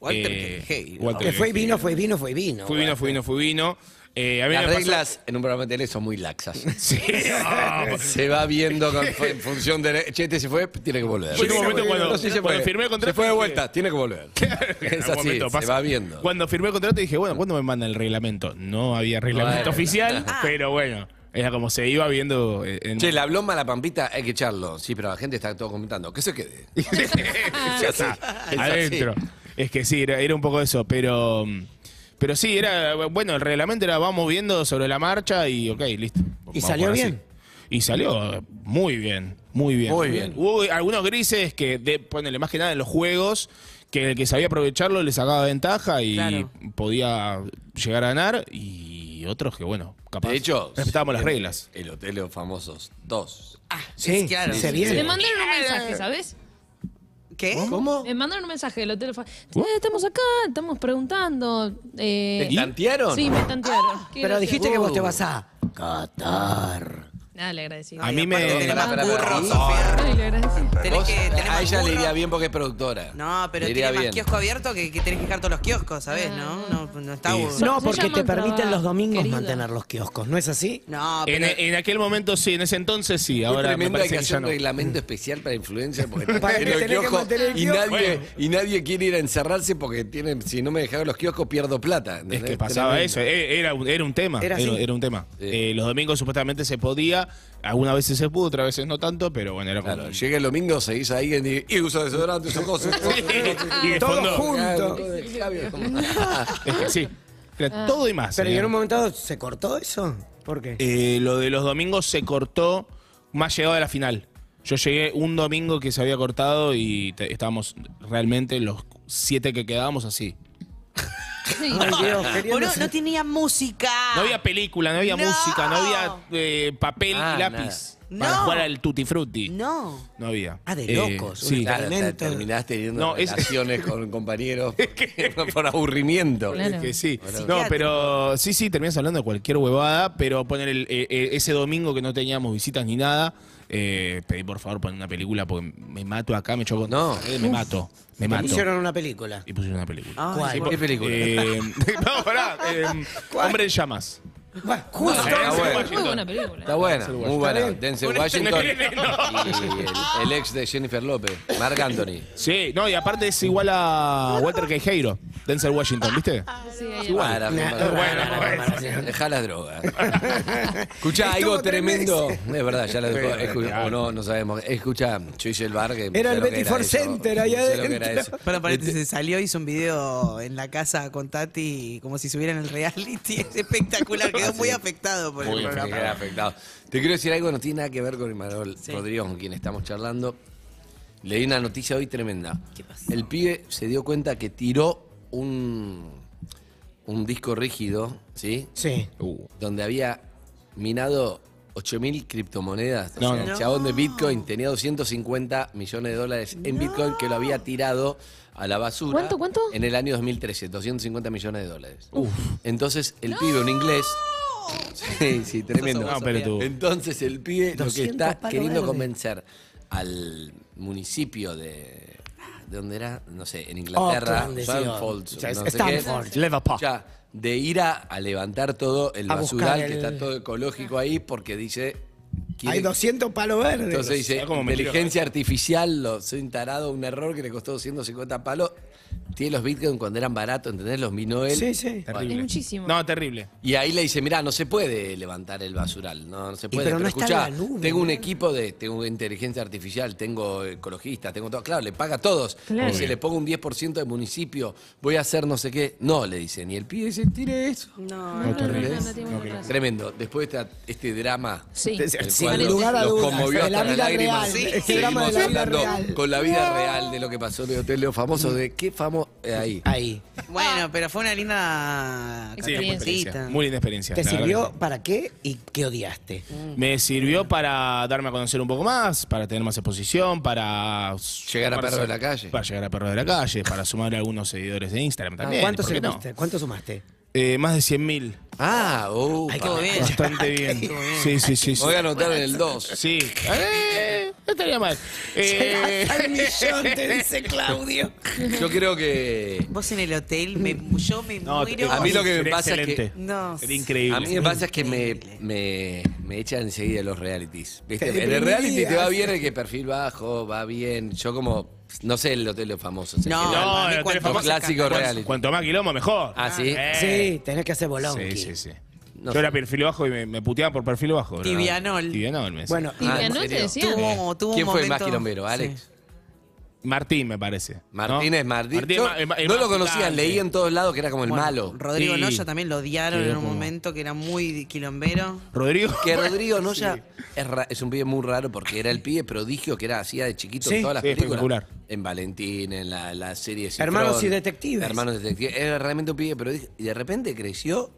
Speaker 2: Walter
Speaker 6: Eh,
Speaker 2: Kennedy, ¿no?
Speaker 6: Walter
Speaker 5: que fue y
Speaker 6: Kennedy.
Speaker 5: vino, fue y vino, fue y vino.
Speaker 6: Fui vino, fui vino, fui vino. Eh, a mí
Speaker 2: Las
Speaker 6: me pasó-
Speaker 2: reglas en un programa de tele son muy laxas.
Speaker 6: Sí, no,
Speaker 2: Se va viendo con- en función de. Che, este se fue, tiene que volver.
Speaker 6: Fue en un
Speaker 2: Se
Speaker 6: momento
Speaker 2: fue,
Speaker 6: cuando-
Speaker 2: no sé si se
Speaker 6: cuando
Speaker 2: fue.
Speaker 6: firmé el contrato
Speaker 2: Se fue de
Speaker 6: dije-
Speaker 2: vuelta, tiene que volver.
Speaker 6: En
Speaker 2: Es
Speaker 6: algún
Speaker 2: así,
Speaker 6: momento
Speaker 2: se
Speaker 6: pasa.
Speaker 2: va viendo.
Speaker 6: Cuando firmé el contrato dije, bueno, ¿cuándo me manda el reglamento? No había
Speaker 2: Bueno.
Speaker 6: reglamento
Speaker 2: Ah.
Speaker 6: oficial, pero bueno, era como se iba viendo eh, en...
Speaker 2: Che, la bloma a la pampita hay que echarlo. Sí, pero la gente está todo comentando. Que se quede.
Speaker 6: Ya está,
Speaker 2: Es
Speaker 6: adentro. Es que sí, era, era un poco eso, pero... Pero sí, era, bueno, el reglamento era vamos viendo sobre la marcha y ok, listo. Vamos
Speaker 5: salió
Speaker 6: por así.
Speaker 5: bien?
Speaker 6: Y salió eh, muy bien, muy bien.
Speaker 2: Muy bien.
Speaker 6: Hubo algunos grises que, de, ponele, más que nada en los juegos, que el que sabía aprovecharlo le sacaba ventaja y
Speaker 4: Claro.
Speaker 6: podía llegar a ganar. Y otros que, bueno, capaz
Speaker 2: De hecho,
Speaker 6: respetábamos las
Speaker 2: el-
Speaker 6: reglas.
Speaker 2: El hotel de los famosos dos.
Speaker 5: Sí,
Speaker 4: Claro.
Speaker 5: se
Speaker 3: Te
Speaker 5: viene.
Speaker 3: mandaron un mensaje, ¿sabes?
Speaker 4: ¿Qué?
Speaker 2: ¿Cómo?
Speaker 3: Me mandaron un mensaje del hotel. fa- Eh, estamos acá, estamos preguntando. eh,
Speaker 2: ¿Te tantearon?
Speaker 3: Sí, me tantearon. Qué
Speaker 5: Pero
Speaker 3: gracioso.
Speaker 5: dijiste que vos
Speaker 4: uh.
Speaker 5: te vas a Qatar.
Speaker 3: Nada, Ah, le agradecí.
Speaker 6: A mí me-
Speaker 4: aparte tenés
Speaker 2: Pará,
Speaker 4: más
Speaker 2: pará, pará.
Speaker 4: burro, Sofía.
Speaker 3: Ay, le agradecí.
Speaker 4: Tenés
Speaker 2: Vos,
Speaker 4: que- tenés
Speaker 2: a
Speaker 4: más
Speaker 2: ella le
Speaker 4: burro.
Speaker 2: iría bien porque es productora.
Speaker 4: No, pero
Speaker 2: Le
Speaker 4: tiene
Speaker 2: iría
Speaker 4: más
Speaker 2: bien.
Speaker 4: kiosco abierto que, que tenés que dejar todos los kioscos, ¿sabés? No,
Speaker 3: Ah.
Speaker 4: no, no está
Speaker 6: Sí.
Speaker 4: bueno.
Speaker 5: No,
Speaker 3: se
Speaker 5: porque te
Speaker 3: llaman
Speaker 5: permiten
Speaker 3: trabajo,
Speaker 5: los domingos
Speaker 3: querida.
Speaker 5: mantener los kioscos, ¿no es así?
Speaker 4: No,
Speaker 6: En,
Speaker 4: Ah,
Speaker 6: e,
Speaker 4: pero
Speaker 6: en aquel momento sí, en ese entonces sí,
Speaker 2: Muy
Speaker 6: ahora me
Speaker 2: tremendo, hay
Speaker 6: parece
Speaker 2: que
Speaker 6: que
Speaker 2: hacer
Speaker 6: ya
Speaker 2: un
Speaker 6: no.
Speaker 2: reglamento especial para influencers porque
Speaker 5: Para que
Speaker 2: tienen los
Speaker 5: tenés que
Speaker 2: kioscos
Speaker 5: mantener el
Speaker 2: y
Speaker 5: kiosco.
Speaker 2: nadie
Speaker 6: Bueno.
Speaker 2: y nadie quiere ir a encerrarse porque tienen si no me dejaron los kioscos pierdo plata
Speaker 6: Es
Speaker 2: ¿entendés?
Speaker 6: que pasaba
Speaker 2: Tremendo.
Speaker 6: eso, eh, era, un- era un tema.
Speaker 5: Era
Speaker 6: Era,
Speaker 5: así.
Speaker 6: era un tema.
Speaker 2: Sí.
Speaker 6: Eh, los domingos supuestamente se podía, algunas veces se pudo, otras veces no tanto, pero bueno, era como.
Speaker 2: Claro,
Speaker 6: un-
Speaker 2: llega el domingo, seguís ahí y, y usa desodorante, usa cosas.
Speaker 6: y de fondo-
Speaker 2: juntos.
Speaker 6: es que sí, era todo y más.
Speaker 5: Pero y
Speaker 6: era.
Speaker 5: en un momento dado, se cortó eso. ¿Por qué?
Speaker 6: Eh, lo de los domingos se cortó más llegado a la final. Yo llegué un domingo que se había cortado y te- estábamos realmente los siete que quedábamos así.
Speaker 3: Sí.
Speaker 5: Ay, Dios, quería
Speaker 4: Boludo,
Speaker 5: decir-
Speaker 4: no tenía música.
Speaker 6: No había película, no había
Speaker 4: Ah. No.
Speaker 6: música, no había eh, papel
Speaker 2: Ah,
Speaker 6: y lápiz
Speaker 4: nada.
Speaker 6: para
Speaker 4: No.
Speaker 6: jugar al Tutti Frutti.
Speaker 4: No.
Speaker 6: No había.
Speaker 5: Ah, de
Speaker 6: Eh,
Speaker 5: locos, un
Speaker 6: sí.
Speaker 5: experimento.
Speaker 2: terminaste teniendo
Speaker 6: No, es-
Speaker 2: relaciones con compañeros por aburrimiento.
Speaker 3: Claro.
Speaker 6: Es que sí.
Speaker 2: Bueno,
Speaker 6: No,
Speaker 4: Psiquiátrico.
Speaker 6: pero sí, sí, terminas hablando de cualquier huevada, pero poner el, eh, eh, ese domingo que no teníamos visitas ni nada, eh, pedí por favor poner una película porque me mato acá, me choco.
Speaker 2: No.
Speaker 6: Eh, me mato, me mato.
Speaker 5: Pusieron una película.
Speaker 6: Y pusieron una película.
Speaker 4: Ay,
Speaker 5: ¿Cuál?
Speaker 2: ¿Qué película?
Speaker 6: Eh, no, pará. eh, Hombre en llamas.
Speaker 5: Ah, Bueno, justo.
Speaker 2: Está
Speaker 6: Denzel
Speaker 2: buena.
Speaker 3: Muy buena
Speaker 6: Washington.
Speaker 3: película.
Speaker 2: Está buena, muy buena. Denzel
Speaker 6: Bueno, este no
Speaker 2: Washington
Speaker 6: tiene, no.
Speaker 2: y el, el ex de Jennifer López, Marc Anthony.
Speaker 6: Sí, no, y aparte es igual a Walter Queijeiro, Denzel Washington, ¿viste?
Speaker 3: Sí, ahí-
Speaker 2: Para,
Speaker 5: Nah,
Speaker 2: para,
Speaker 5: bueno,
Speaker 2: para,
Speaker 5: bueno.
Speaker 2: para. Dejá las drogas. Escuchá, algo
Speaker 5: Estuvo tres
Speaker 2: tremendo. Es verdad, ya lo dijo.
Speaker 6: Bueno,
Speaker 2: escu-
Speaker 6: claro.
Speaker 2: o no, no sabemos. Escucha, yo hice el bar. Que
Speaker 5: Era el
Speaker 2: sé lo que
Speaker 5: 24
Speaker 2: eso,
Speaker 5: Center ahí
Speaker 2: sé lo que
Speaker 5: adentro.
Speaker 2: era eso.
Speaker 4: Perdón, paréntesis, se salió, hizo un video en la casa con Tati como si subiera en el reality. Es espectacular, quedó muy afectado por
Speaker 2: Muy
Speaker 4: el programa.
Speaker 2: afectado, afectado. Te quiero decir algo, no tiene nada que ver con Imanol
Speaker 4: Sí.
Speaker 2: Rodríguez, con quien estamos charlando. Leí una noticia hoy tremenda.
Speaker 4: ¿Qué pasó?
Speaker 2: El pibe se dio cuenta que tiró un, un disco rígido, ¿sí?
Speaker 5: Sí.
Speaker 6: Uh,
Speaker 2: Donde había minado 8.000 criptomonedas. O
Speaker 6: No,
Speaker 2: sea,
Speaker 6: no.
Speaker 2: El chabón de Bitcoin tenía 250 millones de dólares en Bitcoin que lo había tirado a la basura.
Speaker 3: ¿Cuánto, cuánto?
Speaker 2: En el año 2013, 250 millones de dólares. Entonces, el pibe, un inglés... Sí, sí, tremendo.
Speaker 6: No, Ah, pero tú.
Speaker 2: Entonces el pibe lo que
Speaker 5: 200
Speaker 2: está
Speaker 5: palo
Speaker 2: queriendo
Speaker 5: verde.
Speaker 2: convencer al municipio de. ¿De dónde era? No sé, en Inglaterra.
Speaker 5: Auckland, decía.
Speaker 2: Stanford.
Speaker 5: O sea,
Speaker 2: no sé
Speaker 5: Stanford,
Speaker 2: qué.
Speaker 5: Liverpool.
Speaker 2: Ya, de ir a, a levantar todo el
Speaker 5: A buscar
Speaker 2: basural que
Speaker 5: el-
Speaker 2: está todo ecológico ahí porque dice. quiere-
Speaker 5: Hay 200 palos verdes.
Speaker 2: Entonces dice,
Speaker 6: Está como metido,
Speaker 2: inteligencia artificial, lo, soy un tarado, un error que le costó 250 palos. Tiene los Bitcoin cuando eran baratos, ¿entendés? Los minó él.
Speaker 5: Sí, sí.
Speaker 6: Terrible.
Speaker 3: Es muchísimo.
Speaker 6: No, terrible.
Speaker 2: Y ahí le dice, mirá, no se puede levantar el basural, no, no se puede.
Speaker 5: pero no está en
Speaker 2: escuchá,
Speaker 5: la nube,
Speaker 2: tengo un
Speaker 5: ¿no?
Speaker 2: equipo de, tengo inteligencia artificial, tengo ecologistas, tengo todo. Claro, le paga a todos.
Speaker 3: Claro.
Speaker 2: Y si le pongo un 10% de municipio, voy a hacer no sé qué. No, le dicen. Y el pibe dice, tire eso.
Speaker 4: No,
Speaker 3: No, no, no, no,
Speaker 2: terrible.
Speaker 3: no tiene buena razón.
Speaker 2: Tremendo. Después de esta- este drama
Speaker 3: Sí.
Speaker 2: el
Speaker 5: Sin
Speaker 2: cual
Speaker 5: lugar a
Speaker 2: los
Speaker 5: dudas,
Speaker 2: conmovió
Speaker 5: de
Speaker 2: hasta
Speaker 5: la
Speaker 2: las
Speaker 5: vida
Speaker 2: lágrimas.
Speaker 5: real, ese drama
Speaker 2: Seguimos
Speaker 5: de la vida
Speaker 2: hablando
Speaker 5: real.
Speaker 2: con la vida real de lo que pasó en el Hotel Leo Famoso, de qué famoso ahí.
Speaker 5: Ahí.
Speaker 4: Bueno, pero fue una linda
Speaker 6: Sí, muy,
Speaker 3: Experiencia.
Speaker 4: catapultita.
Speaker 6: muy linda experiencia.
Speaker 5: ¿Te
Speaker 6: la verdad
Speaker 5: sirvió
Speaker 6: que
Speaker 5: para qué y qué odiaste?
Speaker 6: sí. Me sirvió para darme a conocer un poco más, para tener más exposición, para...
Speaker 2: Llegar a
Speaker 6: para-
Speaker 2: Perro de la Calle.
Speaker 6: Para llegar a Perro de la Calle, para sumar algunos seguidores de Instagram también.
Speaker 5: ¿Cuánto,
Speaker 6: ¿por qué no?
Speaker 5: sumaste? ¿Cuánto sumaste?
Speaker 6: Eh, más de 100.000.
Speaker 2: Ah, uh,
Speaker 4: Ay,
Speaker 2: pa-
Speaker 4: quedó bien.
Speaker 6: Bastante bien. Sí, sí, sí. sí.
Speaker 2: voy a anotar en el 2.
Speaker 6: Sí. Eh, no estaría mal. Eh,
Speaker 5: Al millón, te dice Claudio.
Speaker 2: Yo creo que.
Speaker 4: Vos en el hotel, me, yo me
Speaker 6: no,
Speaker 4: muero.
Speaker 2: a mí lo que me
Speaker 6: sería
Speaker 2: pasa es que-
Speaker 6: excelente.
Speaker 4: No.
Speaker 6: Sería increíble.
Speaker 2: A mí me pasa es que me, me, me echan enseguida los realities. ¿viste?
Speaker 5: Te
Speaker 2: En el reality te va
Speaker 5: deprimías.
Speaker 2: bien el que perfil bajo, va bien. Yo como. No sé el Hotel Leo Famoso. sé
Speaker 4: No,
Speaker 2: que-
Speaker 4: no,
Speaker 6: No, no,
Speaker 4: cuanto
Speaker 6: famoso-
Speaker 2: clásico
Speaker 6: cuanto-
Speaker 2: reality.
Speaker 6: Cuanto más quilombo, mejor.
Speaker 2: Ah, sí.
Speaker 5: Sí, tenés que hacer bolón.
Speaker 6: Sí, sí, sí.
Speaker 2: No
Speaker 6: Yo era
Speaker 2: sé.
Speaker 6: perfil bajo y me, me puteaban por perfil bajo. ¿no?
Speaker 4: Tibianol.
Speaker 6: Tibianol, me decía.
Speaker 5: Bueno,
Speaker 3: Y
Speaker 2: Ah,
Speaker 3: que
Speaker 2: ¿en
Speaker 3: no te
Speaker 2: serio?
Speaker 3: decían.
Speaker 4: Tuvo, tuvo
Speaker 2: ¿Quién
Speaker 4: un
Speaker 2: fue el más
Speaker 4: momento-
Speaker 2: quilomero? ¿Alex?
Speaker 4: Sí.
Speaker 6: Martín, me parece. ¿no?
Speaker 2: Martínez, Martín. Yo
Speaker 6: es ma- es
Speaker 2: no
Speaker 6: más
Speaker 2: lo conocía,
Speaker 6: picante.
Speaker 2: leí en todos lados que era como el
Speaker 4: Bueno,
Speaker 2: malo.
Speaker 4: Rodrigo
Speaker 6: Sí.
Speaker 4: Noya también lo odiaron
Speaker 6: Quedó
Speaker 4: en un
Speaker 6: como-
Speaker 4: momento que era muy quilombero.
Speaker 6: Rodrigo.
Speaker 2: Que Rodrigo Noya es, ra- es un pibe muy raro porque era el pibe prodigio que era hacía de chiquito en
Speaker 5: Sí,
Speaker 2: todas las
Speaker 6: sí,
Speaker 2: películas.
Speaker 6: espectacular.
Speaker 2: En Valentín, en la, la serie de
Speaker 5: Hermanos
Speaker 2: Cifrón,
Speaker 5: y detectives.
Speaker 2: Hermanos y detectives. Era realmente un pibe prodigio. Y de repente creció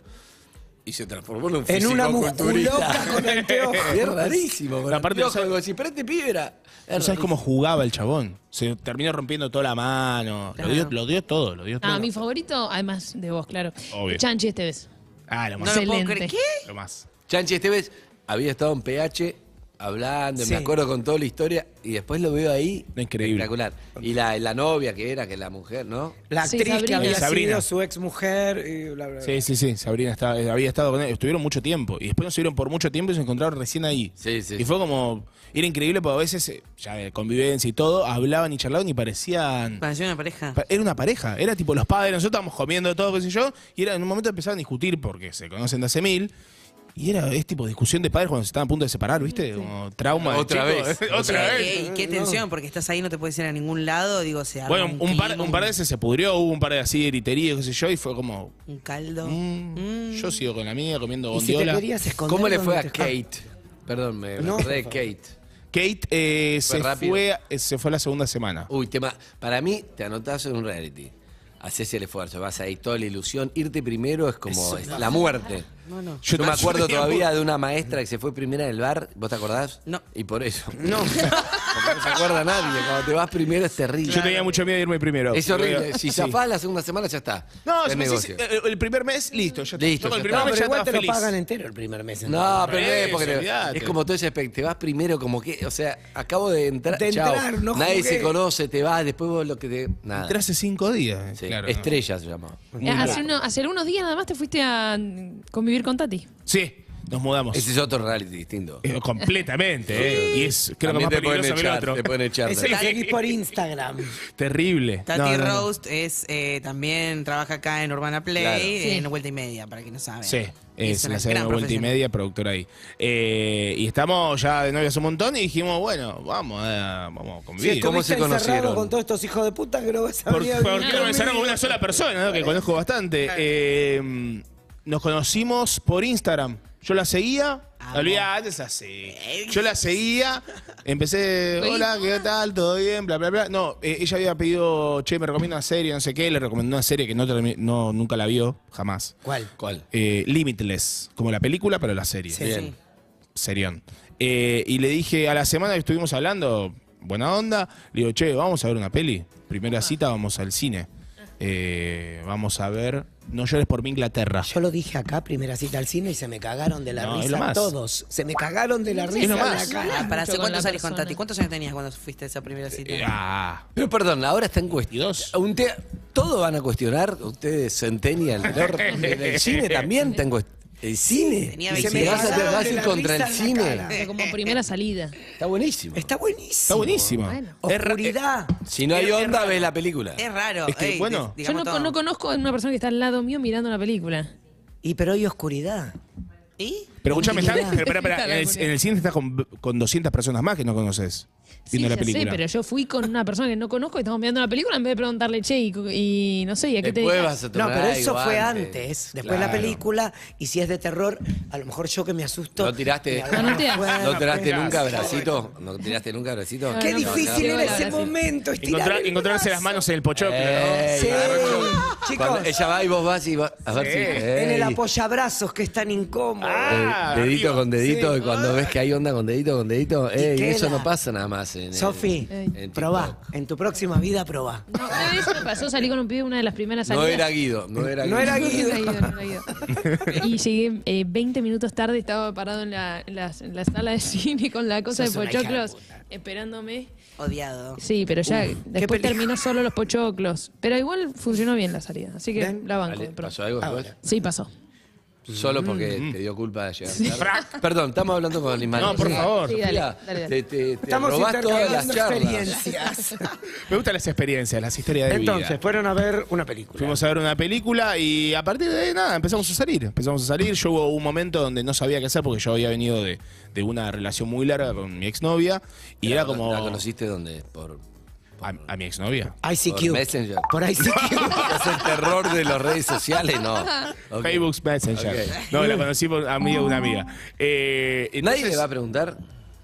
Speaker 2: y se transformó en un
Speaker 5: en una musculoca
Speaker 2: fisicoculturista.
Speaker 5: con anteojos.
Speaker 2: Y es rarísimo.
Speaker 6: La parte
Speaker 2: Aparte,
Speaker 6: de-
Speaker 2: algo así, pero este pibe era.
Speaker 6: ¿No sabes cómo jugaba el chabón? Se terminó rompiendo toda la mano. Lo, dio, lo dio todo, lo dio todo.
Speaker 3: Ah, mi favorito, además de vos, claro.
Speaker 6: Obvio.
Speaker 3: Chanchi este Esteves.
Speaker 6: Ah, lo
Speaker 4: No
Speaker 6: más.
Speaker 4: lo puedo
Speaker 3: Excelente.
Speaker 4: creer. ¿Qué?
Speaker 6: Lo más.
Speaker 2: Chanchi Esteves había estado en PH hablando,
Speaker 5: Sí.
Speaker 2: me acuerdo con toda la historia, y después lo veo ahí.
Speaker 6: Increíble.
Speaker 2: Espectacular. Y la, la novia que era, que la mujer, ¿no?
Speaker 5: La
Speaker 3: Sí,
Speaker 5: actriz que
Speaker 3: Sabrina.
Speaker 5: había
Speaker 6: Sabrina.
Speaker 5: sido su ex mujer y bla, bla, bla.
Speaker 6: Sí, sí, sí. Sabrina estaba- eh, había estado con él. Estuvieron mucho tiempo. Y después nos estuvieron por mucho tiempo y se encontraron recién ahí.
Speaker 2: Sí, sí.
Speaker 6: Y fue como. Era increíble porque a veces, eh, ya de convivencia y todo, hablaban y charlaban y parecían.
Speaker 4: Pareció una pareja. Eh,
Speaker 6: pa- Era una pareja. Era tipo los padres. Nosotros estábamos comiendo todo, qué sé yo. Y era, en un momento empezaban a discutir porque se conocen de hace mil. Y era este tipo de discusión de padres cuando se estaban a punto de separar, ¿viste? Como trauma. de
Speaker 2: Otra
Speaker 6: chico. ¿eh?
Speaker 2: vez.
Speaker 6: Otra
Speaker 4: Sí,
Speaker 6: vez.
Speaker 4: eh, y qué tensión, porque estás ahí, no te puedes ir a ningún lado. Digo, se arma
Speaker 6: Bueno, un, par,
Speaker 4: clima,
Speaker 6: un par de veces se pudrió, hubo un par de así de griteríos, qué sé yo, y fue como.
Speaker 4: un caldo.
Speaker 6: mm, Yo sigo con la mía comiendo
Speaker 5: Y si te
Speaker 6: gondiola.
Speaker 5: querías esconder.
Speaker 2: ¿Cómo le fue a
Speaker 5: ¿dónde te-
Speaker 2: Kate? Perdón, me
Speaker 5: No,
Speaker 2: acordé de
Speaker 5: por
Speaker 2: Kate.
Speaker 6: Kate eh,
Speaker 2: Fue
Speaker 6: se,
Speaker 2: rápido.
Speaker 6: fue, eh, se fue la segunda semana.
Speaker 2: Uy, tema. Para mí, te anotás en un reality. Haces el esfuerzo, vas ahí, toda la ilusión. Irte primero es como es la muerte.
Speaker 4: no.
Speaker 2: Yo, me
Speaker 6: Yo
Speaker 2: acuerdo
Speaker 6: tenía
Speaker 2: todavía de una maestra que se fue primera del bar. ¿Vos te acordás?
Speaker 4: No.
Speaker 2: Y por eso. No. Porque no se acuerda nadie. Cuando te vas primero es terrible.
Speaker 6: Yo tenía mucho miedo de irme
Speaker 5: Ah,
Speaker 6: primero.
Speaker 2: Es horrible. Si
Speaker 6: Sí.
Speaker 2: zafás la segunda semana ya está.
Speaker 6: No,
Speaker 2: Es
Speaker 6: si me decís,
Speaker 2: negocio.
Speaker 6: eh, el primer mes, listo. Ya está.
Speaker 2: Listo,
Speaker 6: Yo con
Speaker 2: ya
Speaker 6: el primer
Speaker 2: está.
Speaker 5: No,
Speaker 6: mes
Speaker 5: pero
Speaker 6: ya
Speaker 5: igual
Speaker 6: estaba
Speaker 5: te lo
Speaker 6: feliz.
Speaker 5: pagan entero el primer mes.
Speaker 2: No, pero
Speaker 6: Eso,
Speaker 2: es porque
Speaker 6: olvidate.
Speaker 2: es como todo ese aspecto. Te vas primero como que, o sea, acabo de entrar.
Speaker 5: De
Speaker 2: chao.
Speaker 5: entrar, no
Speaker 2: Nadie
Speaker 5: jugué.
Speaker 2: se conoce, te vas, después vos lo que te. Nada.
Speaker 6: Entré hace cinco días.
Speaker 2: Ah. Sí,
Speaker 6: Claro, ¿no?
Speaker 2: Estrella se llamaba.
Speaker 3: Eh, Hace, uno- hace algunos días nada más te fuiste a mm, convivir con Tati.
Speaker 6: Sí, nos mudamos.
Speaker 2: Ese es otro reality distinto.
Speaker 6: Eh, completamente, ¿eh? Y es, creo que
Speaker 2: También
Speaker 6: más
Speaker 2: te pueden
Speaker 6: peligroso que el
Speaker 2: echar,
Speaker 6: otro.
Speaker 2: te pueden echar.
Speaker 5: Eso lo seguís por Instagram.
Speaker 6: Terrible.
Speaker 4: Tati
Speaker 6: No, no, no.
Speaker 4: Roast es eh, también trabaja acá en Urbana Play,
Speaker 2: Claro.
Speaker 4: en
Speaker 3: Sí.
Speaker 4: vuelta y media, para quien no sabe.
Speaker 6: Sí, es
Speaker 4: una
Speaker 6: la serie
Speaker 4: gran
Speaker 6: Vuelta y
Speaker 4: profesional.
Speaker 6: Media, productora ahí. Eh, y estamos ya de novios un montón y dijimos, bueno, vamos a, vamos a convivir.
Speaker 2: Sí, ¿cómo
Speaker 5: Estuviste
Speaker 2: se
Speaker 5: encerrado
Speaker 2: conocieron?
Speaker 5: con todos estos hijos de puta que no vas a
Speaker 6: ¿Por,
Speaker 5: venir a
Speaker 6: por
Speaker 5: vivir
Speaker 6: qué no empezaron con
Speaker 5: conmigo?
Speaker 6: una sola persona, ¿no? que conozco bastante? Eh, nos conocimos por Instagram. Yo la seguía.
Speaker 4: Amo.
Speaker 6: Olvidate, es así. Yo la seguía, empecé,
Speaker 3: Oye.
Speaker 6: hola, ¿qué tal? ¿Todo bien? Bla, bla, bla. No, eh, ella había pedido, che, me recomienda una serie, no sé qué, le recomendó una serie que no, termi- no nunca la vio, jamás.
Speaker 5: ¿Cuál?
Speaker 2: ¿Cuál?
Speaker 6: Eh, Limitless, como la película, pero la serie.
Speaker 5: Sí,
Speaker 2: Bien.
Speaker 6: Serión. Eh, y le dije, a la semana que estuvimos hablando, buena onda, le digo, che, vamos a ver una peli. Primera
Speaker 3: Ah.
Speaker 6: cita, vamos al cine. Eh, vamos a ver No llores por mi Inglaterra.
Speaker 5: Yo lo dije acá, primera cita al cine, y se me cagaron de la
Speaker 6: No, es lo
Speaker 5: risa
Speaker 6: más.
Speaker 5: todos. Se me cagaron de la
Speaker 3: Es
Speaker 5: risa.
Speaker 6: lo
Speaker 5: en la
Speaker 6: más.
Speaker 5: cara.
Speaker 4: Ah, ¿Para hace
Speaker 3: Mucho con
Speaker 4: cuánto
Speaker 3: la
Speaker 4: salís con
Speaker 3: persona.
Speaker 4: Tati? ¿Cuántos años tenías cuando fuiste a esa primera cita?
Speaker 6: Eh, ah.
Speaker 2: Pero perdón, ahora está en cuestión.
Speaker 6: 22.
Speaker 2: Un te- Todo van a cuestionar, ustedes Centennial del orto, en el cine también está en cuestión. El cine.
Speaker 4: Tenía
Speaker 2: Y si
Speaker 4: 20
Speaker 2: vas a
Speaker 4: pasaron
Speaker 2: vas a
Speaker 5: de
Speaker 2: ir
Speaker 5: la
Speaker 2: contra el
Speaker 5: risa en la cara.
Speaker 2: cine.
Speaker 3: Pero como primera salida.
Speaker 2: Está buenísimo.
Speaker 5: Está buenísimo.
Speaker 6: Está buenísima.
Speaker 3: Bueno.
Speaker 5: Oscuridad.
Speaker 2: Si no hay onda, ves la película.
Speaker 4: Es raro.
Speaker 6: Es que,
Speaker 4: ey,
Speaker 6: bueno.
Speaker 4: di-
Speaker 3: Yo no,
Speaker 4: digamos todo.
Speaker 3: no conozco a una persona que está al lado mío mirando una película.
Speaker 5: Y pero hay oscuridad.
Speaker 4: ¿Y?
Speaker 6: Pero escúchame, está-
Speaker 5: Continuidad.
Speaker 6: pero, pero, pero,
Speaker 3: Está
Speaker 6: en,
Speaker 3: la
Speaker 6: el,
Speaker 3: locura.
Speaker 6: en el cine estás con, con 200 personas más que no conoces viendo la
Speaker 3: ya sé,
Speaker 6: película.
Speaker 3: pero yo fui con una persona que no conozco y estamos mirando una película en vez de preguntarle, che, y, y no sé, ¿y a qué te
Speaker 2: Después
Speaker 3: dedicas?".
Speaker 2: vas a
Speaker 5: No,
Speaker 2: tomar
Speaker 5: pero eso
Speaker 2: algo
Speaker 5: fue antes. Después la
Speaker 2: eh. Claro.
Speaker 5: película. Y si es de terror, a lo mejor yo que me asusto.
Speaker 2: ¿No tiraste-
Speaker 5: me agarro
Speaker 3: No, no te-
Speaker 5: fuerte.
Speaker 2: ¿No tiraste nunca
Speaker 6: Abrazo.
Speaker 2: abracito? ¿No tiraste nunca abracito?
Speaker 5: Qué
Speaker 3: No, no,
Speaker 5: difícil
Speaker 3: no,
Speaker 5: era
Speaker 3: no,
Speaker 5: ese
Speaker 3: no, no.
Speaker 5: momento. estirar
Speaker 6: Encontrar-
Speaker 5: el
Speaker 6: encontrarse las
Speaker 5: brazo.
Speaker 6: manos en el pochoclo. ¿no?
Speaker 3: Eh.
Speaker 2: Ey,
Speaker 5: Sí.
Speaker 2: abrazo.
Speaker 5: Chicos.
Speaker 2: Cuando ella va y vos vas y va a ver
Speaker 6: Sí.
Speaker 2: si.
Speaker 5: En
Speaker 2: ey.
Speaker 5: el apoyabrazos que es tan incómodo.
Speaker 6: Ah,
Speaker 2: Eh, dedito
Speaker 6: arriba.
Speaker 2: con dedito,
Speaker 6: Sí.
Speaker 2: y cuando ves que hay onda con dedito con dedito, ey,
Speaker 5: queda.
Speaker 2: eso no pasa nada más. en el-
Speaker 5: Sofi,
Speaker 2: en TikTok.
Speaker 5: probá. En tu próxima vida probá.
Speaker 3: No, una vez me pasó, salí con un pibe una de las primeras
Speaker 2: No
Speaker 3: salidas.
Speaker 2: era Guido, no era
Speaker 5: No
Speaker 2: Guido.
Speaker 5: era
Speaker 3: No
Speaker 5: Guido.
Speaker 3: era Guido, no era Guido. Y llegué eh, 20 minutos tarde, estaba parado en la, en la- en la sala de cine con la cosa
Speaker 5: Sos
Speaker 3: de
Speaker 5: una hija de
Speaker 3: pochoclos,
Speaker 5: puta.
Speaker 3: esperándome.
Speaker 4: Odiado.
Speaker 3: Sí, pero ya después
Speaker 5: película.
Speaker 3: terminó solo los pochoclos. Pero igual funcionó bien la salida, así que la banco.
Speaker 2: Ale,
Speaker 3: de pronto.
Speaker 2: ¿Pasó algo después?
Speaker 3: Sí, pasó.
Speaker 6: Mm.
Speaker 2: Solo porque te dio culpa de llegar tarde. Perdón, estamos hablando con el
Speaker 6: No, por favor.
Speaker 3: Sí, dale,
Speaker 2: Mira,
Speaker 3: dale,
Speaker 2: Te,
Speaker 3: dale.
Speaker 2: te, te
Speaker 5: Estamos
Speaker 2: robás todas las
Speaker 5: intercambiando
Speaker 2: charlas.
Speaker 5: experiencias.
Speaker 6: Me gustan las experiencias, las historias de vida.
Speaker 5: Entonces, fueron a ver una película.
Speaker 6: Fuimos a ver una película y a partir de ahí, nada, empezamos a salir. Empezamos a salir. Yo hubo un momento donde no sabía qué hacer porque yo había venido de, de una relación muy larga con mi exnovia y era como.
Speaker 2: ¿La conociste dónde? Por,
Speaker 6: a, a mi exnovia.
Speaker 2: por
Speaker 5: ICQ.
Speaker 2: Messenger.
Speaker 5: Por ICQ.
Speaker 2: ¿Es el terror de las redes sociales? No. Ok.
Speaker 6: Facebook Messenger.
Speaker 2: Ok.
Speaker 6: No, la conocí por amiga de una amiga. Eh,
Speaker 2: Nadie
Speaker 6: entonces-
Speaker 2: le va a preguntar.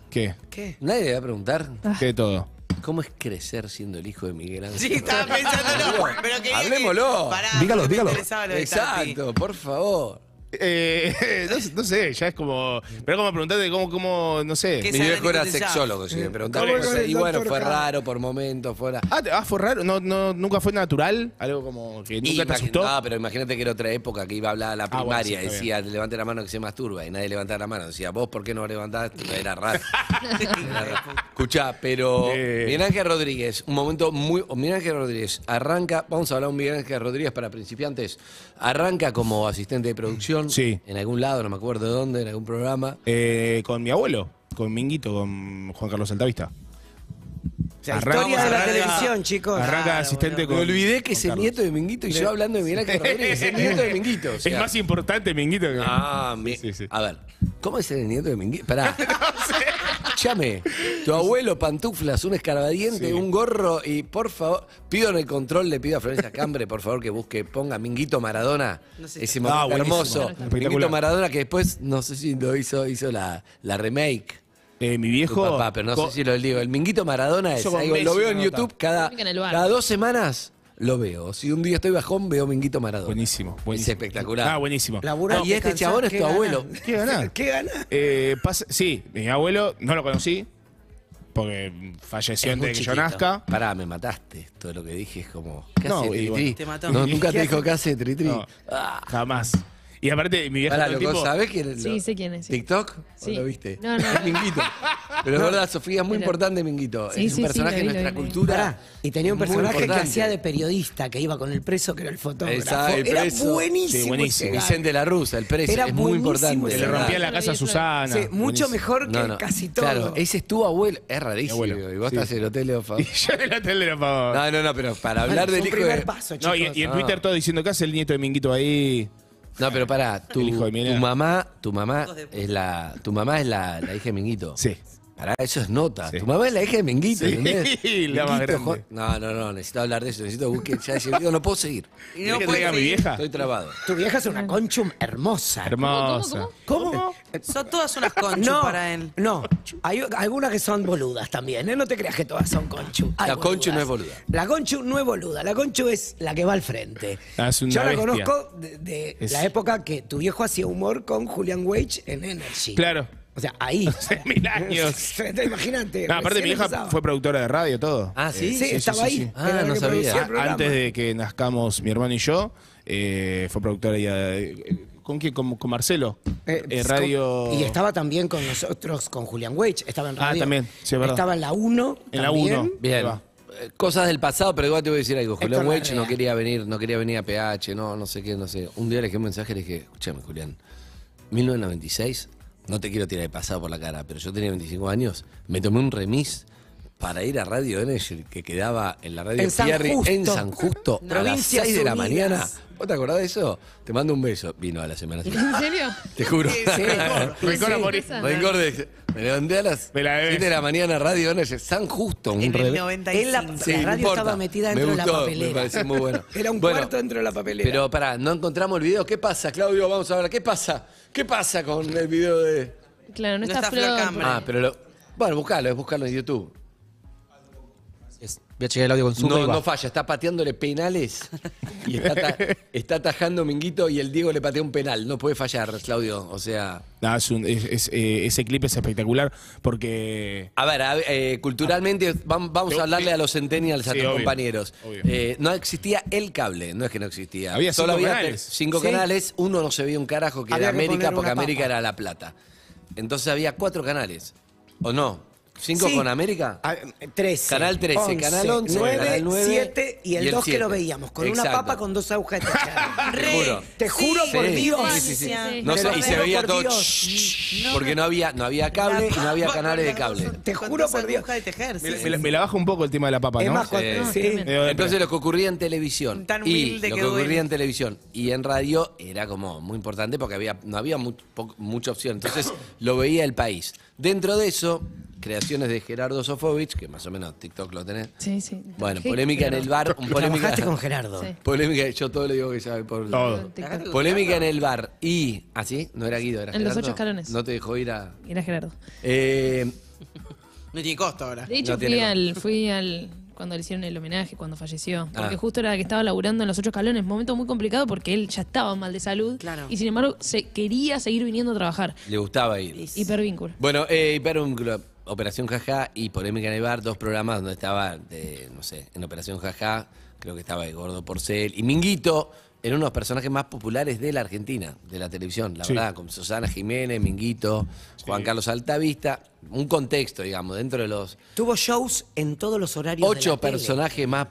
Speaker 6: ¿Qué?
Speaker 5: ¿Qué?
Speaker 2: Nadie le va a preguntar.
Speaker 6: ¿Qué de todo?
Speaker 2: ¿Cómo es crecer siendo el hijo de Miguel Ángel?
Speaker 4: Sí, estaba pensándolo. pero quería que-
Speaker 2: Hablemoslo.
Speaker 4: Pará,
Speaker 1: Dígalo,
Speaker 4: me
Speaker 1: dígalo.
Speaker 4: interesaba lo de Tati.
Speaker 2: Exacto, por favor.
Speaker 6: Eh, no, sé- no sé, ya es como. Pero como preguntarte cómo, cómo, no sé.
Speaker 4: ¿Qué
Speaker 2: Mi
Speaker 4: saben
Speaker 2: viejo era
Speaker 4: entonces ya?
Speaker 2: sexólogo, si me preguntaban
Speaker 6: ¿Cómo
Speaker 2: cosas.
Speaker 5: con el
Speaker 2: Y bueno,
Speaker 5: doctor
Speaker 2: fue
Speaker 5: K?
Speaker 2: raro por momentos, fuera.
Speaker 6: Ah, te- ah, fue raro. No, no, nunca fue natural. Algo como que nunca te
Speaker 2: Imagin-
Speaker 6: asustó. Ah,
Speaker 2: No, pero imagínate que era otra época que iba a hablar a la
Speaker 6: bueno, sí,
Speaker 2: primaria,
Speaker 6: está
Speaker 2: decía, levante la mano que se masturba, y nadie levantaba la mano. Decía, vos, ¿por qué no levantás? Era raro. Era raro. Escuchá, pero
Speaker 6: Eh.
Speaker 2: Miguel Ángel Rodríguez, un momento muy... Miguel Ángel Rodríguez arranca, vamos a hablar de un Miguel Ángel Rodríguez para principiantes, arranca como asistente de producción
Speaker 6: Sí.
Speaker 2: en algún lado, no me acuerdo dónde, en algún programa.
Speaker 6: Eh, con mi abuelo, con Minguito, con Juan Carlos Altavista. Arranca-
Speaker 5: Historia de la
Speaker 4: Arranca-
Speaker 5: televisión, chicos.
Speaker 6: Arranca
Speaker 4: Claro,
Speaker 6: asistente
Speaker 2: Me
Speaker 6: con.
Speaker 2: olvidé que es el
Speaker 6: Carlos.
Speaker 2: nieto de Minguito y yo hablando de Miguel Ángel Rodríguez, el nieto de Minguito. o sea.
Speaker 6: Es más importante Minguito que.
Speaker 2: Ah, mi-
Speaker 6: Sí, sí.
Speaker 2: A ver, ¿cómo es el nieto de Minguito? Pará. Llame, tu abuelo, pantuflas, un escarbadiente, un gorro y por favor, pido en el control, le pido a Florencia Cambre, por favor, que busque, ponga Minguito Maradona, ese
Speaker 6: Ah,
Speaker 2: momento
Speaker 6: buenísimo.
Speaker 2: hermoso.
Speaker 6: Espectacular.
Speaker 2: Minguito Maradona que después, no sé si lo hizo, hizo la, la remake.
Speaker 6: Eh, mi
Speaker 2: Tu
Speaker 6: viejo.
Speaker 2: papá, pero no
Speaker 6: co-
Speaker 2: sé si lo digo. El Minguito Maradona es
Speaker 6: Eso con
Speaker 2: algo, lo
Speaker 6: Messi
Speaker 2: veo
Speaker 6: lo
Speaker 2: en
Speaker 6: nota.
Speaker 2: YouTube cada,
Speaker 3: Crónica en el bar.
Speaker 2: cada dos semanas. Lo veo. Si un día estoy bajón, veo Minguito Maradona.
Speaker 6: Buenísimo, buenísimo.
Speaker 2: Es espectacular.
Speaker 6: Ah, buenísimo.
Speaker 5: Laburá,
Speaker 2: Ah, y
Speaker 5: te
Speaker 2: este
Speaker 5: cansás,
Speaker 2: chabón es
Speaker 5: ¿qué
Speaker 2: tu
Speaker 5: ganás?
Speaker 2: abuelo.
Speaker 6: ¿Qué ganás?
Speaker 5: ¿Qué ganás?
Speaker 6: Eh, pasa- sí, mi abuelo no lo conocí porque falleció antes de que yo nazca.
Speaker 2: Pará, me mataste. Todo lo que dije es como. ¿Qué
Speaker 6: No,
Speaker 2: hace
Speaker 6: y
Speaker 2: Tritri?
Speaker 6: bueno.
Speaker 4: Te mató.
Speaker 2: No, nunca te dijo qué hace Tritri.
Speaker 6: No,
Speaker 2: Ah.
Speaker 6: Jamás. Y aparte, mi viejo
Speaker 2: Pará,
Speaker 6: todo el
Speaker 2: loco,
Speaker 6: tiempo-
Speaker 2: ¿sabés quién es?
Speaker 3: Sí,
Speaker 2: lo-
Speaker 3: sé quién es, sí.
Speaker 2: ¿TikTok?
Speaker 3: Sí.
Speaker 2: ¿O lo viste?
Speaker 3: No, no, no.
Speaker 2: Minguito. Pero es verdad, Sofía, es muy
Speaker 3: Pero-
Speaker 2: importante, Minguito. es
Speaker 3: Sí,
Speaker 2: un
Speaker 3: sí, sí,
Speaker 2: personaje
Speaker 3: lo vi,
Speaker 2: de
Speaker 3: lo
Speaker 2: nuestra
Speaker 3: vi, lo vi.
Speaker 2: cultura.
Speaker 5: Pará, y tenía un
Speaker 2: muy
Speaker 5: personaje que
Speaker 2: importante.
Speaker 5: hacía de periodista, que iba con el preso, que era el fotógrafo.
Speaker 2: Exacto, el
Speaker 5: era
Speaker 2: preso.
Speaker 5: buenísimo.
Speaker 6: Sí, buenísimo.
Speaker 5: ese gato.
Speaker 2: Vicente la Rusa, el preso,
Speaker 5: Era
Speaker 2: es muy
Speaker 5: buenísimo
Speaker 2: importante.
Speaker 5: ese
Speaker 6: Le
Speaker 2: es
Speaker 5: gato.
Speaker 6: rompía
Speaker 2: verdad.
Speaker 6: la casa a Susana.
Speaker 5: Sí, mucho
Speaker 6: Buenísimo.
Speaker 5: mejor que
Speaker 2: No, no.
Speaker 5: casi todo.
Speaker 2: Claro, ese es tu abuelo. Es
Speaker 6: Mi
Speaker 2: rarísimo.
Speaker 6: abuelo,
Speaker 2: Y vos
Speaker 6: sí.
Speaker 2: estás en el hotel de Ofa.
Speaker 6: Y yo en la tele, por favor.
Speaker 2: No, no, no, pero para
Speaker 5: Bueno,
Speaker 2: hablar
Speaker 5: fue
Speaker 2: del
Speaker 5: un
Speaker 2: hijo
Speaker 5: primer
Speaker 2: de.
Speaker 5: paso,
Speaker 6: No,
Speaker 5: chicos.
Speaker 6: y, y en
Speaker 2: Ah.
Speaker 6: Twitter todo diciendo que hace el nieto de Minguito ahí.
Speaker 2: No, pero pará, tu,
Speaker 6: El hijo de Milena.
Speaker 2: tu mamá, tu mamá
Speaker 4: Hijos de puta.
Speaker 2: es la, tu mamá es la, la hija de Minguito.
Speaker 6: Sí.
Speaker 2: Pará, eso es nota.
Speaker 6: Sí.
Speaker 2: Tu mamá es la hija de Minguito,
Speaker 6: Sí,
Speaker 2: ¿entendés?
Speaker 6: la más grande.
Speaker 2: jo- No, no, no, necesito hablar de eso, necesito buscar, ya llegué, no puedo seguir.
Speaker 4: Y
Speaker 6: ¿Querés
Speaker 4: no
Speaker 6: que te
Speaker 4: puede
Speaker 6: diga mi
Speaker 4: seguir.
Speaker 6: vieja?
Speaker 2: Estoy trabado.
Speaker 5: Tu vieja es una conchum hermosa.
Speaker 6: Hermosa.
Speaker 3: ¿Cómo,
Speaker 5: ¿Cómo? Eh,
Speaker 4: Son todas unas conchas
Speaker 5: No,
Speaker 4: para él.
Speaker 5: no. Hay algunas que son boludas también, ¿eh? No te creas que todas son conchu. Hay
Speaker 2: La conchu
Speaker 5: boludas.
Speaker 2: no es boluda.
Speaker 5: La conchu no es boluda. La conchu es la que va al frente.
Speaker 6: Ah, es una
Speaker 5: Yo la
Speaker 6: bestia.
Speaker 5: conozco de, de
Speaker 6: Es-
Speaker 5: la época que tu viejo hacía humor con Julian Wage en Energy.
Speaker 6: Claro.
Speaker 5: O sea, ahí.
Speaker 6: Hace mil años.
Speaker 5: Imagínate.
Speaker 6: No, aparte,
Speaker 5: recién
Speaker 6: mi hija
Speaker 5: empezaba.
Speaker 6: fue productora de radio, todo.
Speaker 2: Ah,
Speaker 5: Sí,
Speaker 2: sí.
Speaker 5: estaba
Speaker 6: Eh, sí,
Speaker 5: ahí.
Speaker 6: sí.
Speaker 5: era
Speaker 2: Ah,
Speaker 5: la
Speaker 2: no
Speaker 5: que
Speaker 2: sabía.
Speaker 5: producía el
Speaker 6: Ah,
Speaker 5: programa.
Speaker 6: Antes de que nazcamos mi hermano y yo, eh, fue productora ella de- eh, ¿Con quién? Con, con Marcelo.
Speaker 5: Eh,
Speaker 6: Eh, radio.
Speaker 5: Y estaba también con nosotros, con Julian Wage. Estaba en
Speaker 6: Ah,
Speaker 5: radio.
Speaker 6: también, sí, es verdad.
Speaker 5: Estaba en la 1.
Speaker 6: En la 1.
Speaker 2: Bien.
Speaker 6: Va.
Speaker 2: Eh, Cosas del pasado, pero igual te voy a decir algo. Julián
Speaker 5: Héctor
Speaker 2: Welch no
Speaker 5: Larrea.
Speaker 2: quería venir, no quería venir a PH, no, no sé qué, no sé. Un día le dejé un mensaje y le dije, escúchame, Julián, 1996, no te quiero tirar de pasado por la cara, pero yo tenía 25 años, me tomé un remis para ir a Radio Energy, que quedaba en la radio
Speaker 5: En San
Speaker 2: Pierri, en
Speaker 5: Justo.
Speaker 2: San Justo, a las
Speaker 5: Provincias
Speaker 2: 6 de la
Speaker 5: Unidas.
Speaker 2: mañana. ¿Vos te acordás de eso? Te mando un beso. Vino a la semana siguiente.
Speaker 3: ¿En serio?
Speaker 2: Te juro.
Speaker 6: Rencor a morir.
Speaker 3: Esa.
Speaker 2: Rencor de- Me levanté a las
Speaker 6: Me la debes.
Speaker 2: 7 de la mañana a Radio Energy, San Justo, un
Speaker 4: En el
Speaker 2: revés.
Speaker 4: 95.
Speaker 5: En la,
Speaker 2: Sí,
Speaker 5: la
Speaker 2: no
Speaker 5: radio
Speaker 2: importa.
Speaker 5: estaba metida dentro
Speaker 2: me
Speaker 5: de la
Speaker 2: gustó, Me
Speaker 5: papelera.
Speaker 2: pareció muy bueno.
Speaker 5: Era un
Speaker 2: Bueno,
Speaker 5: cuarto dentro de la papelera.
Speaker 2: Pero pará, no encontramos el video. ¿Qué pasa, Claudio? Vamos a ver, ¿qué pasa? ¿Qué pasa con el video de.?
Speaker 3: Claro, no,
Speaker 4: No
Speaker 3: está,
Speaker 4: está
Speaker 3: Flor.
Speaker 4: Flor Campbell.
Speaker 2: Ah, pero lo. Bueno, buscalo, es buscarlo en YouTube.
Speaker 1: Es- Voy a checar el audio con su
Speaker 2: No, no falla, está pateándole penales y está, ta- está atajando Minguito y el Diego le patea un penal. No puede fallar, Claudio. O sea.
Speaker 6: No, es un- es- es, eh, ese clip es espectacular porque
Speaker 2: A ver, a ver, eh, culturalmente vam- vamos a hablarle a los centennials, a
Speaker 6: Sí,
Speaker 2: tus
Speaker 6: obvio,
Speaker 2: compañeros.
Speaker 6: obvio.
Speaker 2: Eh, no existía el cable, no es que no existía.
Speaker 6: Había
Speaker 2: Solo
Speaker 6: cinco
Speaker 2: había
Speaker 6: canales.
Speaker 2: te- cinco
Speaker 5: Sí.
Speaker 2: canales, uno no se veía un carajo que era
Speaker 5: Había que
Speaker 2: América
Speaker 5: poner
Speaker 2: porque
Speaker 5: una
Speaker 2: América
Speaker 5: papa.
Speaker 2: era La Plata. Entonces había cuatro canales, ¿o no? ¿Cinco
Speaker 5: Sí.
Speaker 2: con América?
Speaker 5: Ah, 13.
Speaker 2: Canal 13, canal 11,
Speaker 5: 9,
Speaker 2: canal 9,
Speaker 5: 7 y el
Speaker 2: y el
Speaker 5: 2 que lo
Speaker 2: 7.
Speaker 5: veíamos, con una
Speaker 2: Exacto.
Speaker 5: papa con dos agujas de tachada.
Speaker 2: Te juro.
Speaker 5: Te juro por
Speaker 2: Sí,
Speaker 5: Dios.
Speaker 2: sí, sí, sí.
Speaker 3: Sí.
Speaker 2: No
Speaker 5: Te
Speaker 2: sé,
Speaker 5: lo
Speaker 2: y se
Speaker 5: juro
Speaker 2: veía
Speaker 5: por
Speaker 2: todo
Speaker 5: Dios.
Speaker 2: shh, porque no había, no había cable y no había canales de cable.
Speaker 5: Te juro por Dios.
Speaker 4: de tejer,
Speaker 6: me,
Speaker 4: sí.
Speaker 6: me la- me la baja un poco el tema de la papa,
Speaker 5: Es
Speaker 6: ¿no?
Speaker 5: más, cuando-
Speaker 2: Sí.
Speaker 5: sí.
Speaker 3: Tremendo.
Speaker 6: Eh,
Speaker 2: Entonces lo que ocurría en televisión
Speaker 4: Tan
Speaker 2: y
Speaker 4: humilde
Speaker 2: lo
Speaker 4: que
Speaker 2: que ocurría
Speaker 4: duele.
Speaker 2: en televisión y en radio era como muy importante porque había no había mu- po- mucha opción. Entonces lo veía el país. Dentro de eso, creaciones de Gerardo Sofovich, que más o menos TikTok lo tenés.
Speaker 3: Sí, sí.
Speaker 2: Bueno,
Speaker 3: Sí,
Speaker 2: polémica en el bar, un polémica.
Speaker 5: Trabajaste con Gerardo.
Speaker 3: Sí.
Speaker 2: Polémica, yo todo lo digo que sabe por
Speaker 6: Todo.
Speaker 3: TikTok.
Speaker 2: Polémica en el bar y así, no era Guido, era
Speaker 3: En los
Speaker 2: Gerardo.
Speaker 3: ocho escalones.
Speaker 2: No te dejó ir a
Speaker 3: Era Gerardo.
Speaker 2: eh,
Speaker 4: No tiene costo ahora.
Speaker 3: De hecho,
Speaker 2: No tiene
Speaker 3: fui,
Speaker 2: costo.
Speaker 3: al, fui al. Cuando le hicieron el homenaje, cuando falleció. Porque
Speaker 2: Ah.
Speaker 3: justo era que estaba laburando en los ocho escalones. Momento muy complicado porque él ya estaba mal de salud.
Speaker 4: Claro.
Speaker 3: Y sin embargo, se quería seguir viniendo a trabajar.
Speaker 2: le gustaba ir.
Speaker 3: Hipervínculo.
Speaker 2: Bueno, eh, Hipervínculo, Operación Jaja y Polémica en el Bar, dos programas donde estaba, de, no sé, en Operación Jaja, creo que estaba el Gordo Porcel y Minguito, eran unos personajes más populares de la Argentina, de la televisión, la
Speaker 6: Sí.
Speaker 2: verdad, con Susana Jiménez, Minguito, Juan Carlos Altavista, un contexto, digamos, dentro de los
Speaker 5: Tuvo shows en todos los horarios. de
Speaker 2: ocho
Speaker 5: la tele.
Speaker 2: personajes más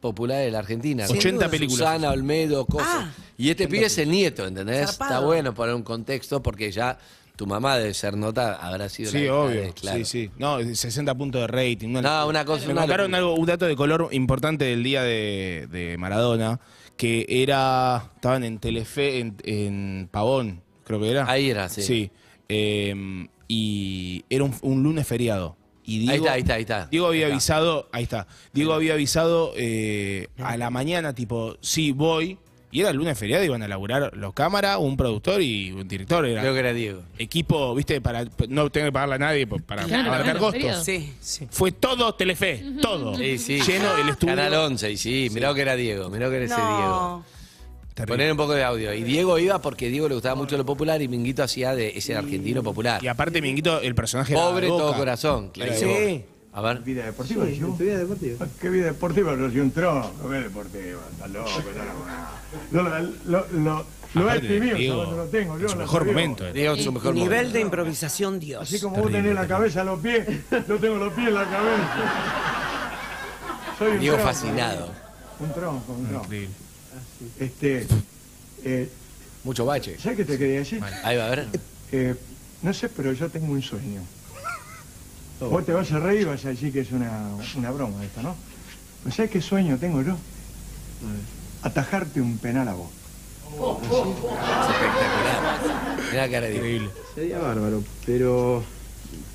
Speaker 2: populares de la Argentina.
Speaker 6: Sin 80 duda. películas.
Speaker 2: Susana, Olmedo, cosas.
Speaker 4: Ah.
Speaker 2: y este pibe es el nieto, ¿entendés?
Speaker 4: Zarpado.
Speaker 2: Está bueno poner un contexto porque ya tu mamá debe ser nota, habrá sido
Speaker 6: Sí,
Speaker 2: la
Speaker 6: obvio.
Speaker 2: claro.
Speaker 6: Sí, sí. No, 60 puntos de rating. una
Speaker 2: No,
Speaker 6: locura.
Speaker 2: una cosa,
Speaker 6: Me
Speaker 2: una
Speaker 6: contaron
Speaker 2: locura.
Speaker 6: algo, un dato de color importante del día de, de Maradona, que era. Estaban en Telefe, en, en Pavón, creo que era.
Speaker 2: Ahí era, sí.
Speaker 6: Sí. Eh, y era un, un lunes feriado. Y Diego,
Speaker 2: Ahí está, ahí está, ahí está.
Speaker 6: Diego había
Speaker 2: Ahí está.
Speaker 6: avisado, ahí está. Diego había avisado eh, a la mañana, tipo, sí, voy. Y era el lunes feriado, iban a laburar los cámaras, un productor y un director. Era
Speaker 2: Creo que era Diego.
Speaker 6: equipo, viste, para no tener que pagarle a nadie po- para
Speaker 3: Claro,
Speaker 6: abarcar
Speaker 3: claro,
Speaker 6: costos.
Speaker 3: feriado.
Speaker 4: Sí, sí.
Speaker 6: Fue todo Telefe, todo.
Speaker 2: Sí, sí.
Speaker 6: Lleno el estudio.
Speaker 2: Canal 11, y sí, mirá que era Diego, mirá que era ese Diego.
Speaker 4: No.
Speaker 6: Terrible.
Speaker 2: Poner un poco de audio. Y Diego iba porque a Diego le gustaba mucho lo popular y Minguito hacía de ese argentino popular.
Speaker 6: Y aparte, Minguito, el personaje era
Speaker 2: Pobre
Speaker 6: de Boca.
Speaker 2: todo corazón. claro.
Speaker 6: Era de Boca.
Speaker 5: Sí.
Speaker 2: A ver.
Speaker 7: Vida deportiva, sí, vida deportiva. Ah, ¿Qué vida deportiva? Pero soy un tronco, vida deportiva, está loco, está loco. Lo, lo, lo, lo voy a
Speaker 6: Aparte,
Speaker 7: escribir,
Speaker 6: Diego,
Speaker 7: yo no lo tengo, yo
Speaker 6: en su
Speaker 7: lo
Speaker 6: mejor
Speaker 7: escribo.
Speaker 6: momento. eh. era.
Speaker 2: Diego en su mejor
Speaker 5: Nivel
Speaker 2: momento.
Speaker 5: de improvisación Dios.
Speaker 7: Así como vos tenés la cabeza, los pies, yo tengo los pies en la cabeza. Soy un
Speaker 2: Diego
Speaker 7: tronco,
Speaker 2: fascinado.
Speaker 7: Un tronco, un tronco.
Speaker 6: Increíble.
Speaker 7: Este, eh,
Speaker 2: Mucho bache.
Speaker 7: ¿Sabes qué te quería decir?
Speaker 2: Ahí va a ver.
Speaker 7: Eh, no sé, pero yo tengo un sueño. Vos te vas a reír y vas a decir que es una, una broma esta, ¿no? Pues ¿sabés qué sueño tengo yo? Atajarte un penal a vos.
Speaker 2: Mirá la cara de Diego.
Speaker 6: Increíble.
Speaker 8: Sería bárbaro, pero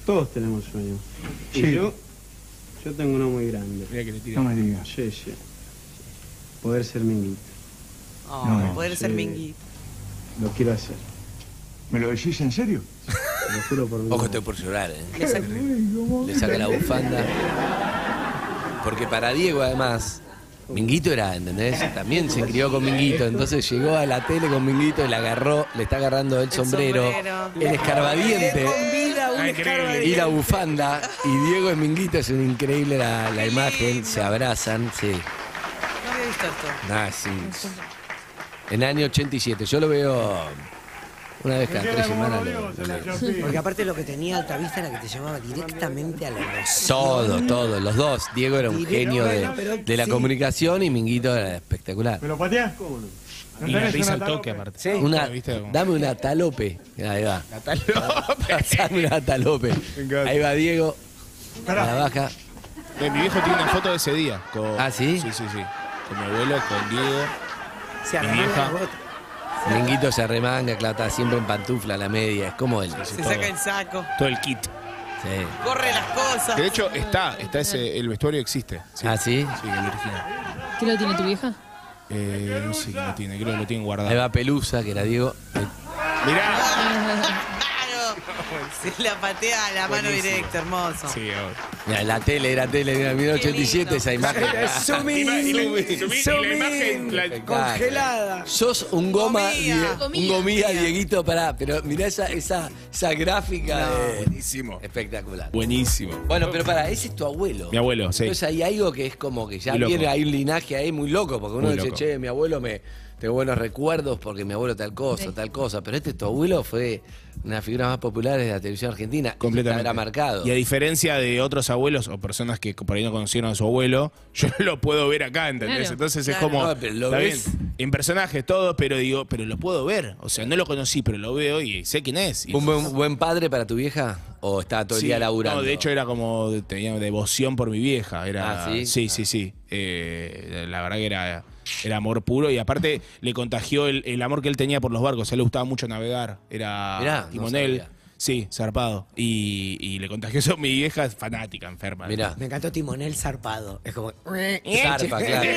Speaker 8: todos tenemos sueños.
Speaker 7: Sí.
Speaker 8: Y yo, yo tengo uno muy grande.
Speaker 6: Mirá que le tira.
Speaker 7: No me digas.
Speaker 8: Sí, sí. Poder ser minguito.
Speaker 4: Oh,
Speaker 7: No,
Speaker 4: poder
Speaker 7: sí.
Speaker 4: ser minguito.
Speaker 8: Lo quiero hacer.
Speaker 7: ¿Me lo decís en serio?
Speaker 8: Te lo juro por mí.
Speaker 2: Ojo, estoy por llorar, ¿eh?
Speaker 4: Le saca-
Speaker 2: Le saca la bufanda. Porque para Diego, además, Minguito era, ¿entendés? También se crió con Minguito. Entonces llegó a la tele con Minguito y le agarró, le está agarrando el sombrero,
Speaker 4: sombrero.
Speaker 2: el escarbadiente
Speaker 6: Ah, increíble.
Speaker 2: y la bufanda. Y Diego es Minguito, es una increíble la, la imagen. Se abrazan, sí.
Speaker 4: No había visto esto.
Speaker 2: Nah, sí. En año 87. Yo lo veo Una vez cada
Speaker 7: Porque
Speaker 2: tres
Speaker 7: era como
Speaker 2: semanas.
Speaker 7: rodeos
Speaker 2: lo-
Speaker 7: en
Speaker 2: lo-
Speaker 7: la Champions.
Speaker 5: Porque aparte lo que tenía Altavista era que te llevaba directamente a la emoción.
Speaker 2: Todo, todo, los dos. Diego era un
Speaker 5: Diego,
Speaker 2: genio de,
Speaker 5: bueno, pero-
Speaker 2: de la
Speaker 5: sí.
Speaker 2: comunicación y Minguito era espectacular.
Speaker 7: ¿Me lo pateás? ¿No
Speaker 6: Y la
Speaker 7: tenés
Speaker 6: risa
Speaker 7: una
Speaker 6: al toque,
Speaker 7: talope?
Speaker 6: aparte.
Speaker 5: Sí.
Speaker 2: Una,
Speaker 6: ¿Viste? Como-
Speaker 2: dame una talope. Ahí va. Dame una talope.
Speaker 7: encanta.
Speaker 2: Ahí va Diego.
Speaker 7: Pará.
Speaker 2: La baja.
Speaker 6: Eh, Mi viejo tiene una foto de ese día. con-
Speaker 2: ¿Ah, sí?
Speaker 6: Sí, sí, sí. Con mi abuelo, con Diego.
Speaker 5: Se
Speaker 6: Mi
Speaker 5: arrancó
Speaker 6: vieja.
Speaker 5: la bota.
Speaker 2: Minguito se remanga, clata siempre en pantufla, la media. Es como él. Sí.
Speaker 4: Se saca el saco,
Speaker 6: Todo el kit.
Speaker 4: corre las cosas.
Speaker 6: Que de hecho está, está ese, el vestuario existe. Sí,
Speaker 2: Ah, sí.
Speaker 6: sí, el original.
Speaker 3: ¿Qué lo tiene tu vieja?
Speaker 6: Eh, no sé quién lo tiene, creo que lo tienen
Speaker 2: Ahí
Speaker 6: guardado.
Speaker 2: va Pelusa, que era Diego.
Speaker 6: Mirá.
Speaker 4: Claro. Se la patea a la mano directa, hermoso.
Speaker 6: Sí, ahora.
Speaker 2: Mirá, la tele, era tele, mira,
Speaker 4: lindo.
Speaker 2: 87 esa imagen.
Speaker 5: Congelada.
Speaker 2: Sos un goma,
Speaker 4: Comía.
Speaker 2: Die- un
Speaker 3: Comía.
Speaker 2: gomía, Dieguito, pará, pero mirá esa, esa, esa gráfica de-
Speaker 6: Buenísimo.
Speaker 2: espectacular.
Speaker 6: Buenísimo.
Speaker 2: Bueno, pero pará, ese es tu abuelo.
Speaker 6: Mi abuelo, sí.
Speaker 2: Entonces hay algo que es como que ya
Speaker 6: Muy loco.
Speaker 2: viene, hay un linaje ahí muy loco, porque uno
Speaker 6: Muy
Speaker 2: dice,
Speaker 6: loco.
Speaker 2: che, mi abuelo me. Tengo buenos recuerdos porque mi abuelo tal cosa, tal cosa. Pero este tu abuelo fue una figura más popular de la televisión argentina. Este
Speaker 6: Completamente.
Speaker 2: Está marcado.
Speaker 6: Y a diferencia de otros abuelos o personas que por ahí no conocieron a su abuelo, yo lo puedo ver acá, ¿entendés?
Speaker 3: Claro.
Speaker 6: Entonces es
Speaker 4: Claro.
Speaker 6: como.
Speaker 2: No, pero lo
Speaker 6: está
Speaker 2: ves.
Speaker 6: bien, en personajes todo, pero digo, pero lo puedo ver. O sea, no lo conocí, pero lo veo y sé quién es. Y-
Speaker 2: ¿Un buen, buen padre para tu vieja? ¿O está todo el
Speaker 6: Sí,
Speaker 2: día laburando?
Speaker 6: No, de hecho era como, tenía devoción por mi vieja. Era,
Speaker 2: Ah, ¿sí?
Speaker 6: sí, sí, sí. Eh, la verdad que era, era amor puro y aparte le contagió el, el amor que él tenía por los barcos. A él le gustaba mucho navegar, era
Speaker 2: Mirá, no
Speaker 6: timonel.
Speaker 2: sabía.
Speaker 6: sí, zarpado. Y, y le contagió eso. Mi vieja es fanática, enferma.
Speaker 2: Mirá.
Speaker 5: Me encantó Timonel zarpado. Es como.
Speaker 2: Zarpa, claro.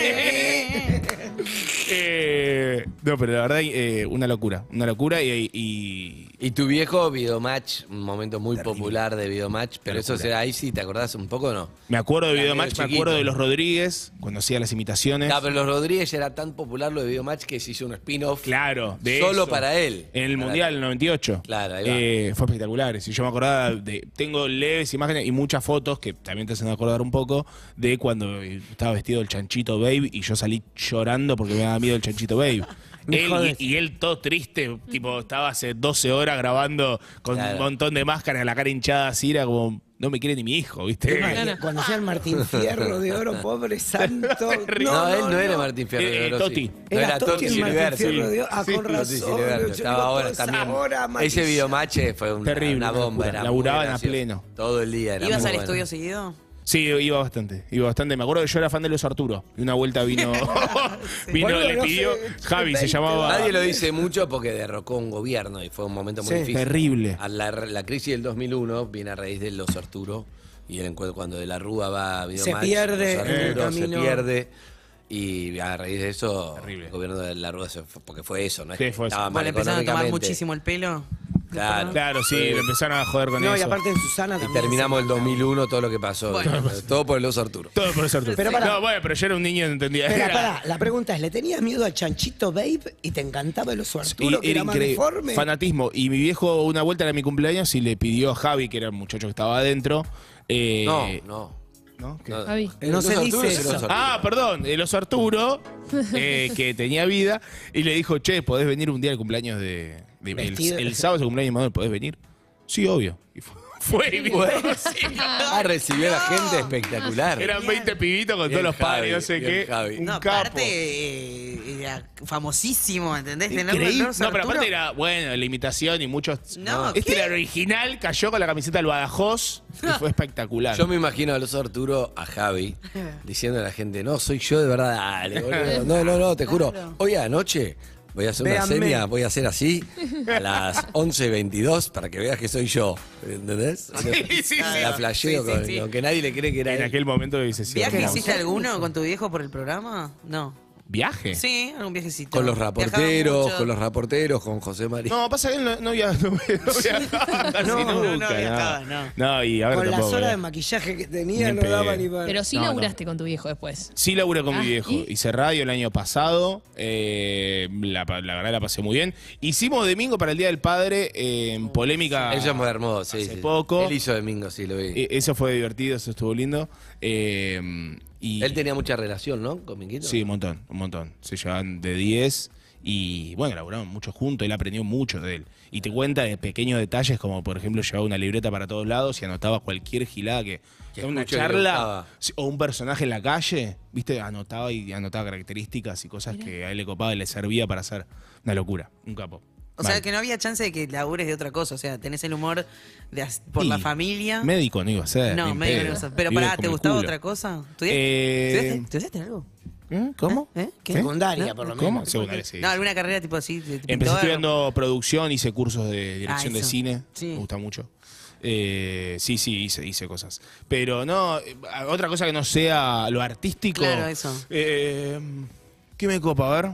Speaker 6: Eh, no, pero la verdad, eh, una locura. Una locura y- y,
Speaker 2: Y tu viejo Videomatch, un momento muy popular de Videomatch, pero eso será ahí sí, ¿te acordás un poco o no?
Speaker 6: me acuerdo de
Speaker 2: Era medio
Speaker 6: Videomatch, me
Speaker 2: chiquito.
Speaker 6: acuerdo de los Rodríguez, cuando hacía las imitaciones.
Speaker 2: Ah, pero los Rodríguez ya era tan popular lo de Videomatch que se hizo un spin-off.
Speaker 6: Claro, de
Speaker 2: Solo
Speaker 6: eso.
Speaker 2: para él.
Speaker 6: En el
Speaker 2: Para-
Speaker 6: Mundial del 98.
Speaker 2: Claro, ahí va.
Speaker 6: Eh, fue espectacular. Si yo me acordaba de. Tengo leves imágenes y muchas fotos que también te hacen acordar un poco de cuando estaba vestido el chanchito Babe y yo salí llorando porque me daba miedo el chanchito Babe.
Speaker 5: Me
Speaker 6: Él
Speaker 5: jodes.
Speaker 6: y, y él todo triste, tipo, estaba hace 12 horas grabando con
Speaker 2: Claro.
Speaker 6: un montón de máscaras, la cara hinchada así, era como, no me quiere ni mi hijo, ¿viste?
Speaker 5: Cuando sea el Martín Fierro de oro, pobre santo.
Speaker 2: No, él no, era Martín Fierro.
Speaker 6: Eh,
Speaker 2: de Oro,
Speaker 6: Totti.
Speaker 2: sí. No
Speaker 5: Era
Speaker 2: era
Speaker 5: Totti
Speaker 2: Totti
Speaker 5: el Martín
Speaker 2: Silverso.
Speaker 5: Fierro de Oro. Ah, con
Speaker 2: Totti
Speaker 5: razón,
Speaker 2: Silverso.
Speaker 5: yo
Speaker 2: Estaba
Speaker 5: digo,
Speaker 2: ahora
Speaker 5: toda esa
Speaker 2: también.
Speaker 5: hora
Speaker 2: Ese
Speaker 5: amarilla.
Speaker 2: Videomatch fue una,
Speaker 6: Terrible,
Speaker 2: una
Speaker 6: una
Speaker 2: bomba.
Speaker 6: locura.
Speaker 2: Era muy
Speaker 6: Laburaban a
Speaker 2: gracioso.
Speaker 6: pleno.
Speaker 2: Todo el día. era
Speaker 4: ¿Ibas
Speaker 2: muy
Speaker 4: al
Speaker 2: bueno.
Speaker 4: estudio seguido?
Speaker 6: Sí, iba bastante, iba bastante. Me acuerdo que yo era fan de Luis Arturo. Y una vuelta vino, vino
Speaker 5: Boludo,
Speaker 6: le
Speaker 5: no
Speaker 6: pidió,
Speaker 5: sé,
Speaker 6: Javi se
Speaker 5: 20
Speaker 6: llamaba.
Speaker 2: Nadie lo dice mucho porque derrocó un gobierno y fue un momento muy
Speaker 5: Sí,
Speaker 2: difícil.
Speaker 6: terrible.
Speaker 2: A La, la crisis del 2001 viene a raíz de los Arturo y el encuentro cuando de la Rúa va a Videomatch,
Speaker 5: Se pierde
Speaker 2: los
Speaker 5: en el
Speaker 2: Arturo, se
Speaker 5: camino.
Speaker 2: pierde y a raíz de eso
Speaker 6: Terrible.
Speaker 2: el gobierno de la Rúa se fue, porque fue eso, ¿no? Es
Speaker 6: Sí,
Speaker 2: que
Speaker 6: fue eso.
Speaker 2: estaba mal
Speaker 4: Bueno, empezaron a tomar
Speaker 2: económicamente.
Speaker 4: muchísimo el pelo.
Speaker 2: Claro.
Speaker 6: Claro, sí, lo empezaron a joder con
Speaker 5: No, y
Speaker 6: eso.
Speaker 5: aparte en Susana
Speaker 2: Y
Speaker 5: también.
Speaker 2: terminamos el 2001 todo lo que pasó. digamos, todo por los Arturo.
Speaker 6: Todo por eso Arturo.
Speaker 5: Pero pará.
Speaker 6: No, bueno, pero yo era un niño y no entendía.
Speaker 5: Espera,
Speaker 6: Era-
Speaker 5: pará, la pregunta es, ¿le tenías miedo al chanchito Babe y te encantaba el oso
Speaker 6: Y
Speaker 5: Arturo que era, más deforme?
Speaker 6: Fanatismo. Y mi viejo, una vuelta era mi cumpleaños y le pidió a Javi, que era el muchacho que estaba adentro. eh,
Speaker 2: no, no.
Speaker 6: ¿no? ¿Qué?
Speaker 2: no.
Speaker 3: Javi.
Speaker 2: El
Speaker 5: No
Speaker 2: oso
Speaker 5: se
Speaker 2: Arturo
Speaker 5: dice
Speaker 2: es el
Speaker 5: eso.
Speaker 2: oso Arturo.
Speaker 6: Ah, perdón, el oso Arturo, eh, que tenía vida, y le dijo, che, ¿podés venir un día al cumpleaños de... de- el,
Speaker 5: Vestido.
Speaker 6: el sábado es el cumpleaños de Manuel, ¿podés venir? Sí, obvio. Y fue, fue y vino. Sí.
Speaker 2: Ah, recibió a la gente espectacular.
Speaker 6: Eran 20 pibitos con
Speaker 2: Bien,
Speaker 6: todos los padres,
Speaker 2: Javi,
Speaker 6: no sé
Speaker 2: bien,
Speaker 6: qué.
Speaker 2: Javi.
Speaker 6: Un
Speaker 4: No,
Speaker 6: capo.
Speaker 4: aparte eh, era famosísimo, ¿entendés? Tenerlo en
Speaker 6: Increíble.
Speaker 4: Lords
Speaker 6: No, pero
Speaker 4: Arturo.
Speaker 6: aparte era, bueno, la imitación y muchos...
Speaker 4: No,
Speaker 6: este
Speaker 4: ¿qué?
Speaker 6: era el original, cayó con la camiseta del Badajoz y fue espectacular.
Speaker 2: Yo me imagino a los Arturo, a Javi, diciendo a la gente, no, soy yo de verdad, dale, boludo. No, no, no, te juro. Hoy anoche voy a hacer una
Speaker 5: Véanme.
Speaker 2: seña, voy a hacer así a las 11.22 para que veas que soy yo. ¿Entendés?
Speaker 6: sí, sí.
Speaker 2: La flasheo
Speaker 4: Sí, sí,
Speaker 2: con,
Speaker 4: sí.
Speaker 2: con que nadie le cree que era
Speaker 6: En
Speaker 2: él.
Speaker 6: aquel momento dice, sí,
Speaker 4: ¿Viaje
Speaker 6: hermoso.
Speaker 4: hiciste alguno con tu viejo por el programa? No.
Speaker 6: ¿Viaje?
Speaker 4: Sí, algún viajecito.
Speaker 2: Con los
Speaker 4: Viajaban
Speaker 2: reporteros,
Speaker 4: mucho.
Speaker 2: con los reporteros, con José María.
Speaker 6: No, pasa que él no, no via- no vi- no viajaba casi
Speaker 4: No, no, no
Speaker 6: nunca,
Speaker 4: viajaba, no.
Speaker 6: No, y ahora
Speaker 5: Con las
Speaker 6: tampoco,
Speaker 5: horas
Speaker 6: ¿eh?
Speaker 5: de maquillaje que tenía
Speaker 6: Ni
Speaker 5: no
Speaker 6: pedo.
Speaker 5: daba ni para...
Speaker 3: Pero sí
Speaker 6: No, no.
Speaker 3: laburaste con tu viejo después.
Speaker 6: Sí laburé con
Speaker 3: Ah,
Speaker 6: mi viejo.
Speaker 3: ¿y?
Speaker 6: Hice radio el año pasado. eh, la, pa- la verdad la pasé muy bien. Hicimos domingo para el Día del Padre eh, en polémica.
Speaker 2: Eso es muy hermoso, sí.
Speaker 6: Hace
Speaker 2: sí.
Speaker 6: poco.
Speaker 2: Él hizo Domingo, sí, lo vi.
Speaker 6: Eh, Eso fue divertido, eso estuvo lindo. Eh, y,
Speaker 2: Él tenía mucha relación, ¿no? Con Minguito.
Speaker 6: Sí, un montón, un montón. Se llevaban de 10 Y bueno, laburaron mucho juntos, él aprendió mucho de él. Y te cuenta de pequeños detalles, como por ejemplo llevaba una libreta para todos lados y anotaba cualquier gilada que...
Speaker 2: Que
Speaker 6: una
Speaker 2: escucho y le
Speaker 6: charla
Speaker 2: gustaba.
Speaker 6: o un personaje en la calle, ¿viste? Anotaba y anotaba características y cosas que a él le copaba y le servía para hacer una locura, un capo.
Speaker 4: O
Speaker 6: Mal.
Speaker 4: sea, que no había chance de que labures de otra cosa. O sea, tenés el humor de, as- por la
Speaker 6: Y
Speaker 4: familia.
Speaker 6: Médico no iba a ser. ni
Speaker 4: no,
Speaker 6: en
Speaker 4: medio
Speaker 6: pedo.
Speaker 4: nervioso. Pero
Speaker 6: Vive
Speaker 4: pará,
Speaker 6: como
Speaker 4: ¿te
Speaker 6: el
Speaker 4: gustaba
Speaker 6: culo.
Speaker 4: otra cosa?
Speaker 6: Eh,
Speaker 4: ¿Estudiaste? ¿Estudiaste? ¿Estudiaste algo?
Speaker 6: ¿Eh? ¿Cómo?
Speaker 4: ¿Eh? ¿Qué?
Speaker 5: Secundaria, por lo menos.
Speaker 6: ¿Cómo? Secundaria, sí.
Speaker 4: No, alguna carrera tipo así. de
Speaker 6: Empecé
Speaker 4: pintor?
Speaker 6: estudiando producción, hice cursos de
Speaker 4: Ah,
Speaker 6: dirección de
Speaker 4: eso.
Speaker 6: cine,
Speaker 4: Sí.
Speaker 6: me gusta mucho. Eh, sí, sí, hice, hice cosas. Pero no, eh, otra cosa que no sea lo artístico.
Speaker 4: Claro, eso.
Speaker 6: Eh, ¿Qué me copa? A ver.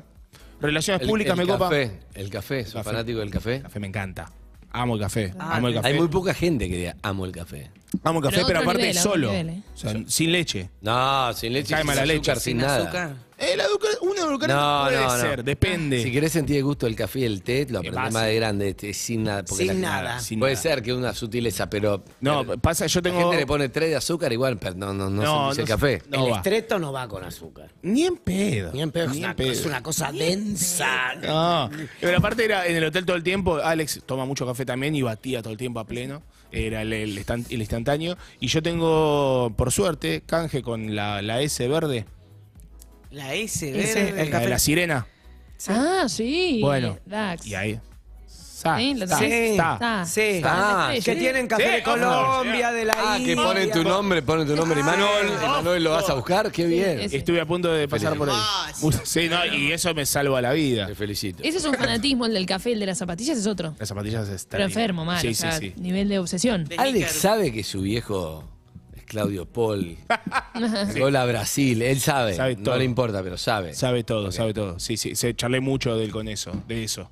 Speaker 6: Relaciones
Speaker 2: El-
Speaker 6: públicas
Speaker 2: el
Speaker 6: me copa.
Speaker 2: café, El café, soy
Speaker 6: Café.
Speaker 2: fanático del café.
Speaker 6: Café me encanta. Amo el café.
Speaker 4: Ah,
Speaker 6: amo el café.
Speaker 2: Hay muy poca gente que diga, amo el café.
Speaker 6: Amo el café,
Speaker 3: Pero
Speaker 6: pero,
Speaker 3: otro
Speaker 6: aparte
Speaker 3: nivel, otro
Speaker 6: solo.
Speaker 3: nivel, ¿eh?
Speaker 6: O sea, sin leche. Eh,
Speaker 2: No, sin leche,
Speaker 6: Cae
Speaker 2: sin
Speaker 6: mala
Speaker 2: azúcar,
Speaker 6: leche.
Speaker 2: sin,
Speaker 4: Sin
Speaker 2: nada.
Speaker 4: azúcar.
Speaker 6: El aducar- un edulcorante
Speaker 2: No,
Speaker 6: puede
Speaker 2: no, no.
Speaker 6: ser, depende.
Speaker 2: Si querés sentir el gusto del café y el té, lo
Speaker 6: Es
Speaker 2: aprendés
Speaker 6: básico.
Speaker 2: más de grande, este, sin nada. porque
Speaker 5: Sin
Speaker 2: la-
Speaker 5: nada.
Speaker 6: Sin
Speaker 2: Puede
Speaker 6: nada.
Speaker 2: ser que una sutileza, pero
Speaker 6: no, pasa, yo tengo.
Speaker 2: la gente le pone tres de azúcar igual, pero no, no, no,
Speaker 6: No,
Speaker 2: sentís el
Speaker 6: no
Speaker 2: café.
Speaker 6: No
Speaker 5: el
Speaker 6: va.
Speaker 5: estreto no va con azúcar.
Speaker 6: Ni en pedo.
Speaker 5: Ni en pedo, es,
Speaker 6: Ni en
Speaker 5: una,
Speaker 6: pedo.
Speaker 5: es una cosa densa.
Speaker 6: No, Ah. pero aparte era en el hotel todo el tiempo. Alex toma mucho café también y batía todo el tiempo a pleno. Era el, el instan- el instantáneo. Y yo tengo, por suerte, canje con la, la S verde,
Speaker 4: La S,
Speaker 3: Ese,
Speaker 4: verde.
Speaker 6: la de la sirena.
Speaker 3: Ah, sí.
Speaker 6: Bueno,
Speaker 3: Dax.
Speaker 6: y ahí. Sa,
Speaker 3: Sí, lo
Speaker 6: sa,
Speaker 3: tenés.
Speaker 6: sa.
Speaker 3: Está.
Speaker 5: Sí.
Speaker 2: Ah,
Speaker 3: Sí,
Speaker 5: Que
Speaker 3: sí.
Speaker 5: tienen café
Speaker 6: Sí,
Speaker 5: de
Speaker 6: vamos.
Speaker 5: Colombia, de la
Speaker 2: Ah, que
Speaker 5: India.
Speaker 2: ponen tu nombre, ponen tu nombre, Manuel, Manuel lo vas a buscar, qué bien.
Speaker 3: ese.
Speaker 6: Estuve a punto de pasar por ahí. Sí, no, y eso me salva la vida.
Speaker 2: Te felicito.
Speaker 3: Ese es un fanatismo, el del café, el de las zapatillas es otro.
Speaker 6: Las zapatillas están.
Speaker 3: Pero enfermo, mal.
Speaker 6: Sí,
Speaker 3: o
Speaker 6: sí,
Speaker 3: sea,
Speaker 6: sí.
Speaker 3: nivel de obsesión.
Speaker 2: Alex sabe que su viejo es Claudio Paul.
Speaker 3: Ajá.
Speaker 2: Hola Brasil, él sabe.
Speaker 6: Sabe
Speaker 2: no
Speaker 6: todo.
Speaker 2: le importa, pero sabe.
Speaker 6: Sabe todo, sabe todo. Sí, sí, se charlé mucho del con eso, de eso.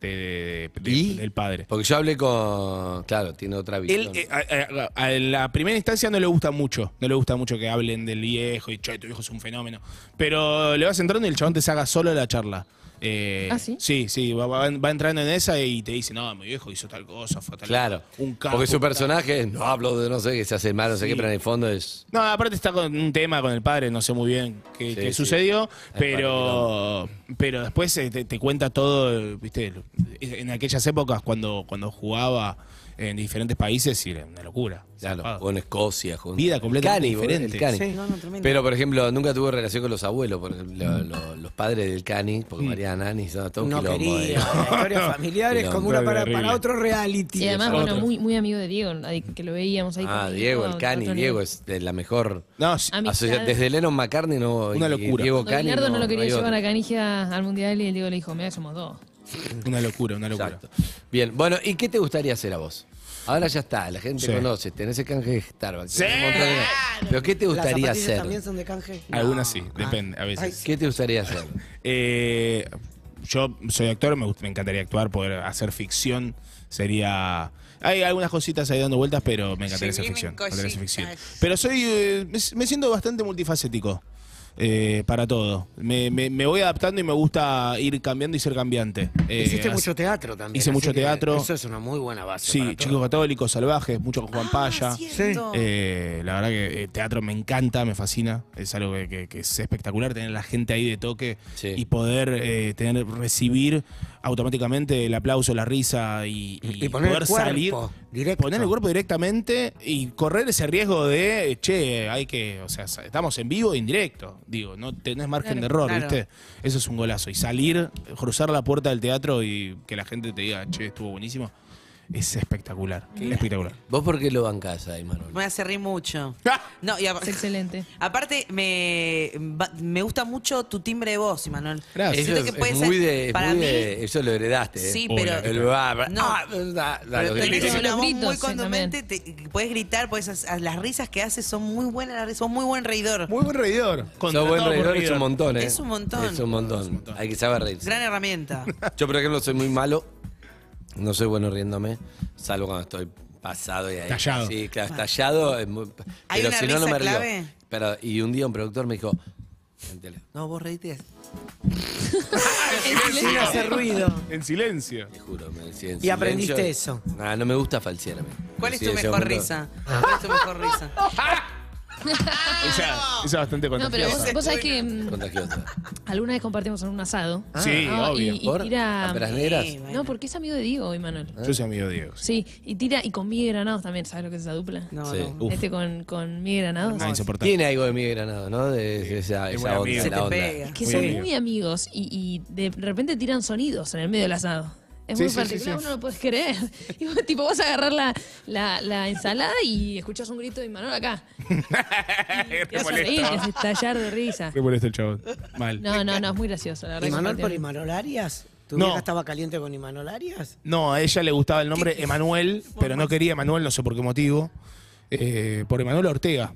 Speaker 6: De, de- de-
Speaker 2: ¿Y?
Speaker 6: Del padre.
Speaker 2: Porque yo hablé con. Claro, tiene otra
Speaker 6: Él,
Speaker 2: visión.
Speaker 6: eh, a, a- a- en la primera instancia no le gusta mucho, no le gusta mucho que hablen del viejo y che, tu viejo es un fenómeno. Pero le vas entrando y el chabón te saca solo la charla. Eh,
Speaker 3: ¿Ah, sí?
Speaker 6: Sí, sí, va, va- va entrando en esa y te dice, no, mi viejo hizo tal cosa, fue tal
Speaker 2: claro.
Speaker 6: un capo,
Speaker 2: Porque su
Speaker 6: un tal".
Speaker 2: personaje, no hablo de no sé qué se hace mal, no sé
Speaker 6: Sí.
Speaker 2: qué, pero en el fondo es.
Speaker 6: No, aparte está con un tema con el padre, no sé muy bien qué,
Speaker 2: Sí,
Speaker 6: qué
Speaker 2: sí.
Speaker 6: sucedió,
Speaker 2: Hay
Speaker 6: pero, pero después eh, te, te cuenta todo, viste, en aquellas épocas cuando, cuando jugaba en diferentes países y era una locura.
Speaker 2: Claro,
Speaker 6: Zarpado.
Speaker 2: con Escocia, con.
Speaker 6: Vida completamente
Speaker 2: Cani, boludo, el
Speaker 6: diferente.
Speaker 2: Cani.
Speaker 6: Sí.
Speaker 4: No, no, tremendo.
Speaker 2: Pero, por ejemplo, nunca tuvo relación con los abuelos, por ejemplo, lo- lo- los padres del Cani, porque
Speaker 6: Mm.
Speaker 2: Mariana ni son todo un
Speaker 5: No
Speaker 2: quilombo, eh.
Speaker 5: quería. La historia familiar es como
Speaker 6: Quilombo.
Speaker 5: una para, para
Speaker 6: Horrible.
Speaker 5: otro reality.
Speaker 3: Y además,
Speaker 6: otro.
Speaker 3: bueno, muy, muy amigo de Diego, ahí que lo veíamos ahí.
Speaker 2: Ah,
Speaker 3: con
Speaker 2: Diego, el
Speaker 3: otro
Speaker 2: Cani,
Speaker 3: nivel.
Speaker 2: Diego es de la mejor.
Speaker 6: No, sí,
Speaker 3: A mí-
Speaker 2: asocia-
Speaker 3: Amistad.
Speaker 2: Desde Lennon McCartney no.
Speaker 6: Una
Speaker 2: y
Speaker 6: locura.
Speaker 2: Diego
Speaker 3: Cuando
Speaker 2: Cani.
Speaker 3: Leonardo no, lo quería
Speaker 2: hay
Speaker 3: llevar
Speaker 2: otro.
Speaker 3: a Canigia al mundial y el Diego le dijo, mira, somos dos.
Speaker 6: una locura, una locura.
Speaker 2: Exacto. Bien, bueno, ¿y qué te gustaría hacer a vos? Ahora ya está, la gente
Speaker 6: Sí.
Speaker 2: conoce, tenés el canje de Starbucks.
Speaker 6: Sí.
Speaker 2: tenés un montón de- Pero ¿qué te
Speaker 5: ¿Las
Speaker 2: gustaría
Speaker 5: zapatillas
Speaker 2: hacer?
Speaker 5: también son de canje?
Speaker 6: Algunas sí,
Speaker 5: No.
Speaker 6: depende, a veces.
Speaker 2: ¿Qué te gustaría hacer?
Speaker 6: Eh, yo soy actor, me, gust- me encantaría actuar, poder hacer ficción. Sería. Hay algunas cositas ahí dando vueltas, pero me encantaría hacer
Speaker 4: Sí,
Speaker 6: ficción.
Speaker 4: vienen
Speaker 6: me encantaría hacer ficción.
Speaker 4: cositas.
Speaker 6: Pero soy. eh, me, me siento bastante multifacético eh, para todo. Me, me- me voy adaptando y me gusta ir cambiando y ser cambiante. Eh,
Speaker 5: Hiciste
Speaker 6: así-
Speaker 5: mucho teatro también.
Speaker 6: hice
Speaker 5: así
Speaker 6: mucho
Speaker 5: que
Speaker 6: teatro.
Speaker 5: Eso es una muy buena base.
Speaker 6: Sí,
Speaker 5: para todo.
Speaker 6: chicos católicos, salvajes, mucho con Juan Paya.
Speaker 4: Cierto.
Speaker 6: Eh, la verdad que eh, teatro me encanta, me fascina. Es algo que, que- que es espectacular tener la gente ahí de toque
Speaker 2: Sí.
Speaker 6: y poder eh, tener recibir automáticamente el aplauso, la risa y, y
Speaker 5: Y poner el
Speaker 6: poder
Speaker 5: cuerpo
Speaker 6: salir.
Speaker 5: directo.
Speaker 6: Poner el cuerpo directamente y correr ese riesgo de, che, hay que, o sea, estamos en vivo e indirecto. Digo, no tenés margen
Speaker 3: Claro,
Speaker 6: de error,
Speaker 4: claro.
Speaker 6: ¿viste? Eso es un golazo. Y salir, cruzar la puerta del teatro y que la gente te diga, che, estuvo buenísimo, es espectacular. Espectacular.
Speaker 2: ¿Vos por qué lo bancás ahí, Manuel?
Speaker 4: Me hace reír mucho.
Speaker 6: Ah.
Speaker 4: No, y a-
Speaker 3: Es excelente.
Speaker 4: Aparte, me, va- me gusta mucho tu timbre de voz, Manuel.
Speaker 2: Eso
Speaker 4: Siento
Speaker 2: es,
Speaker 4: que
Speaker 2: es
Speaker 4: puede ser-
Speaker 2: muy de, es
Speaker 4: para
Speaker 2: muy
Speaker 4: mí,
Speaker 2: de- Eso lo heredaste. ¿eh?
Speaker 4: Sí,
Speaker 6: Hola,
Speaker 4: pero-
Speaker 2: El va- va-
Speaker 4: No.
Speaker 2: ah, da- da-
Speaker 4: Pero
Speaker 2: lo que
Speaker 4: tenés
Speaker 2: querés.
Speaker 3: gritos.
Speaker 4: una
Speaker 3: Los
Speaker 4: voz
Speaker 3: gritos,
Speaker 4: muy
Speaker 3: sí,
Speaker 4: contundente, te- puedes gritar, puedes hacer- las risas que haces son muy buenas, las risas, sos muy buen reidor.
Speaker 6: Muy buen reidor.
Speaker 2: Sos
Speaker 6: Contratado
Speaker 2: buen
Speaker 6: por
Speaker 2: reidor, es un montón, ¿eh?
Speaker 4: Es un montón.
Speaker 2: Es un montón. Hay que saber reírse.
Speaker 4: Gran herramienta.
Speaker 2: Yo, por ejemplo, soy muy malo. No soy bueno riéndome, salvo cuando estoy pasado y ahí.
Speaker 6: Estallado.
Speaker 2: Sí, claro, estallado. es muy-
Speaker 4: Ah. ¿Hay
Speaker 2: pero
Speaker 4: una
Speaker 2: si no, no
Speaker 4: risa
Speaker 2: me río.
Speaker 4: clave?
Speaker 2: Pero, y un día un productor me dijo. "Métele". No, vos reíte.
Speaker 5: Sin hacer ruido.
Speaker 6: En silencio.
Speaker 2: Te juro, me decía. en
Speaker 5: Y aprendiste
Speaker 2: silencio.
Speaker 5: eso.
Speaker 2: Nah, no me gusta falsearme.
Speaker 4: ¿Cuál es
Speaker 2: Sí,
Speaker 4: tu
Speaker 2: en ese
Speaker 4: mejor
Speaker 2: momento-
Speaker 4: risa? ¿Cuál es tu mejor risa?
Speaker 6: Esa, esa es bastante
Speaker 3: No, pero
Speaker 6: contagiosa.
Speaker 3: vos, vos sabés que mm,
Speaker 2: Contagiosa.
Speaker 3: alguna vez compartimos en un asado.
Speaker 6: sí,
Speaker 3: ¿no?
Speaker 6: Ah, obvio.
Speaker 3: Y, y
Speaker 2: ¿Por?
Speaker 3: tira.
Speaker 2: ¿Camperas negras?
Speaker 4: Sí, bueno.
Speaker 3: No, porque es amigo de Diego hoy, Manuel.
Speaker 6: Yo soy amigo de Diego. sí.
Speaker 3: Sí, y tira, y con Miguel Granados también, ¿sabes lo que es esa dupla?
Speaker 4: No,
Speaker 2: Sí.
Speaker 4: no.
Speaker 2: Uf.
Speaker 3: Este con, con Miguel Granados.
Speaker 6: Ah, insoportable.
Speaker 2: Tiene algo de mi granado, ¿no? De, de esa,
Speaker 6: Es
Speaker 2: esa
Speaker 6: buen
Speaker 2: onda,
Speaker 6: amigo.
Speaker 2: la
Speaker 4: Se te
Speaker 2: onda.
Speaker 4: pega.
Speaker 3: que
Speaker 6: Muy
Speaker 3: son
Speaker 6: amigo.
Speaker 3: muy amigos y, y de repente tiran sonidos en el medio del asado. Es
Speaker 6: Sí,
Speaker 3: muy
Speaker 6: sí, sí, sí.
Speaker 3: particular, uno no lo puedes creer. Y vos, tipo, vas a agarrar la, la, la ensalada y escuchás un grito de Manuel acá.
Speaker 6: Re
Speaker 3: Te vas a reír, te
Speaker 6: molesto.
Speaker 3: vas a estallar de risa.
Speaker 6: Re molesto el chabón. Mal.
Speaker 3: No, no, no, es muy gracioso, la verdad. que
Speaker 5: ¿Imanol por
Speaker 3: compartimos.
Speaker 5: Imanol Arias? ¿Tu
Speaker 6: No.
Speaker 5: vieja estaba caliente con Imanol Arias?
Speaker 6: No, a ella le gustaba el nombre Emanuel, pero no quería Emanuel, no sé por qué motivo. Eh, por Emanuel Ortega.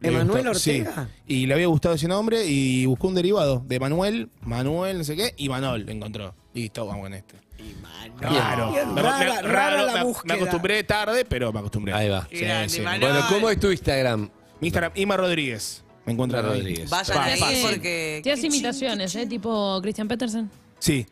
Speaker 6: Le
Speaker 5: ¿Emanuel
Speaker 6: gustó- sí.
Speaker 5: Ortega?
Speaker 6: Y le había gustado ese nombre y buscó un derivado de Manuel, Manuel, no sé qué, y Manol encontró. Listo, vamos con este. Raro.
Speaker 5: Bien,
Speaker 6: Me-
Speaker 5: rara,
Speaker 6: me-
Speaker 5: rara
Speaker 6: raro,
Speaker 5: la
Speaker 6: me-
Speaker 5: búsqueda.
Speaker 6: Me acostumbré tarde, pero me acostumbré.
Speaker 2: Ahí va.
Speaker 6: Sí,
Speaker 4: Grande,
Speaker 6: sí.
Speaker 4: Manuel.
Speaker 2: Bueno, ¿cómo es tu Instagram?
Speaker 6: Mi Instagram, Ima Rodríguez. Me encuentra
Speaker 2: Ima Rodríguez.
Speaker 4: Vayan
Speaker 6: Pa,
Speaker 4: a
Speaker 6: pa,
Speaker 4: ir
Speaker 6: sí.
Speaker 4: porque.
Speaker 3: Te hace imitaciones, ¿eh? Tipo Christian Peterson.
Speaker 6: Sí.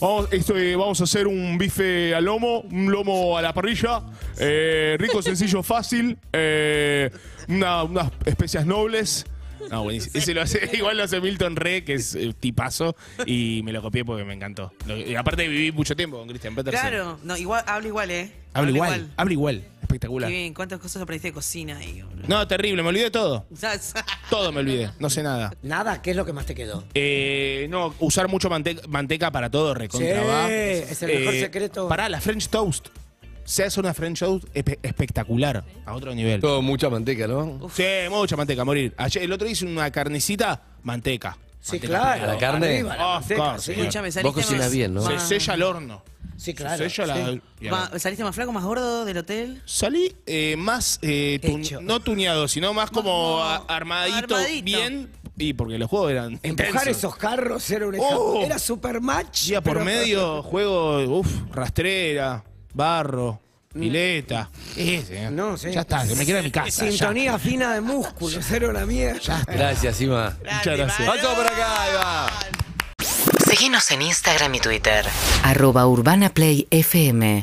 Speaker 6: Vamos, esto, eh, vamos a hacer un bife al lomo, un lomo a la parrilla, eh, rico, sencillo, fácil, eh, una- unas especias nobles. No, buenísimo. Ese lo hace, igual lo hace Milton Re, que es eh, tipazo, y me lo copié porque me encantó. Lo- y aparte viví mucho tiempo con Christian Peterson.
Speaker 4: Claro, no, igual, hablo igual, ¿eh?
Speaker 6: Habla
Speaker 4: Hablo
Speaker 6: igual, habla igual. Espectacular.
Speaker 4: Qué bien, cuántas cosas aprendiste de cocina ahí, boludo.
Speaker 6: No, terrible, me olvidé todo.
Speaker 4: O sea, es-
Speaker 6: Todo me olvidé, no sé nada.
Speaker 5: Nada, ¿qué es lo que más te quedó?
Speaker 6: Eh, no, usar mucho mante- manteca para todo, recontra
Speaker 5: Sí,
Speaker 6: va.
Speaker 5: es el mejor secreto.
Speaker 6: Pará, la French Toast. Se hace una French Toast espe- espectacular, a otro nivel.
Speaker 2: Todo mucha manteca, ¿no?
Speaker 6: Sí, mucha manteca, a morir. Ayer, el otro día hice una carnicita, manteca.
Speaker 5: Sí, claro.
Speaker 2: ¿La carne?
Speaker 5: Arriba, la
Speaker 6: Of
Speaker 5: manteca,
Speaker 6: course,
Speaker 5: sí.
Speaker 4: Escúchame,
Speaker 2: Vos
Speaker 4: saliste
Speaker 2: cocinas
Speaker 4: más.
Speaker 2: bien, ¿no?
Speaker 6: Se
Speaker 4: más-
Speaker 6: sella al horno.
Speaker 5: Sí,
Speaker 6: Se
Speaker 5: Ah. claro.
Speaker 6: sella la...
Speaker 5: sí.
Speaker 6: y
Speaker 4: más-
Speaker 6: ahora-
Speaker 4: ¿Saliste más flaco, más gordo del hotel?
Speaker 6: Salí eh, más, eh, tu-
Speaker 5: Hecho.
Speaker 6: no tuneado, sino más como
Speaker 4: No,
Speaker 6: a- armadito,
Speaker 4: armadito.
Speaker 6: bien. Y porque los juegos eran
Speaker 5: Empujar
Speaker 6: intensos.
Speaker 5: esos carros era un
Speaker 6: Oh.
Speaker 5: era super match.
Speaker 6: Día por
Speaker 5: pero-
Speaker 6: medio, juego, uff, rastrera, barro, pileta. Ese,
Speaker 5: Mm. Eh, No, sí.
Speaker 6: Ya está, me queda en mi casa. ya.
Speaker 5: Sintonía fina de músculos, era una mierda.
Speaker 2: Gracias, Ima.
Speaker 6: Muchas gracias.
Speaker 2: Va todo por acá, ahí va.
Speaker 9: Síguenos en Instagram y Twitter. Arroba Urbana Play FM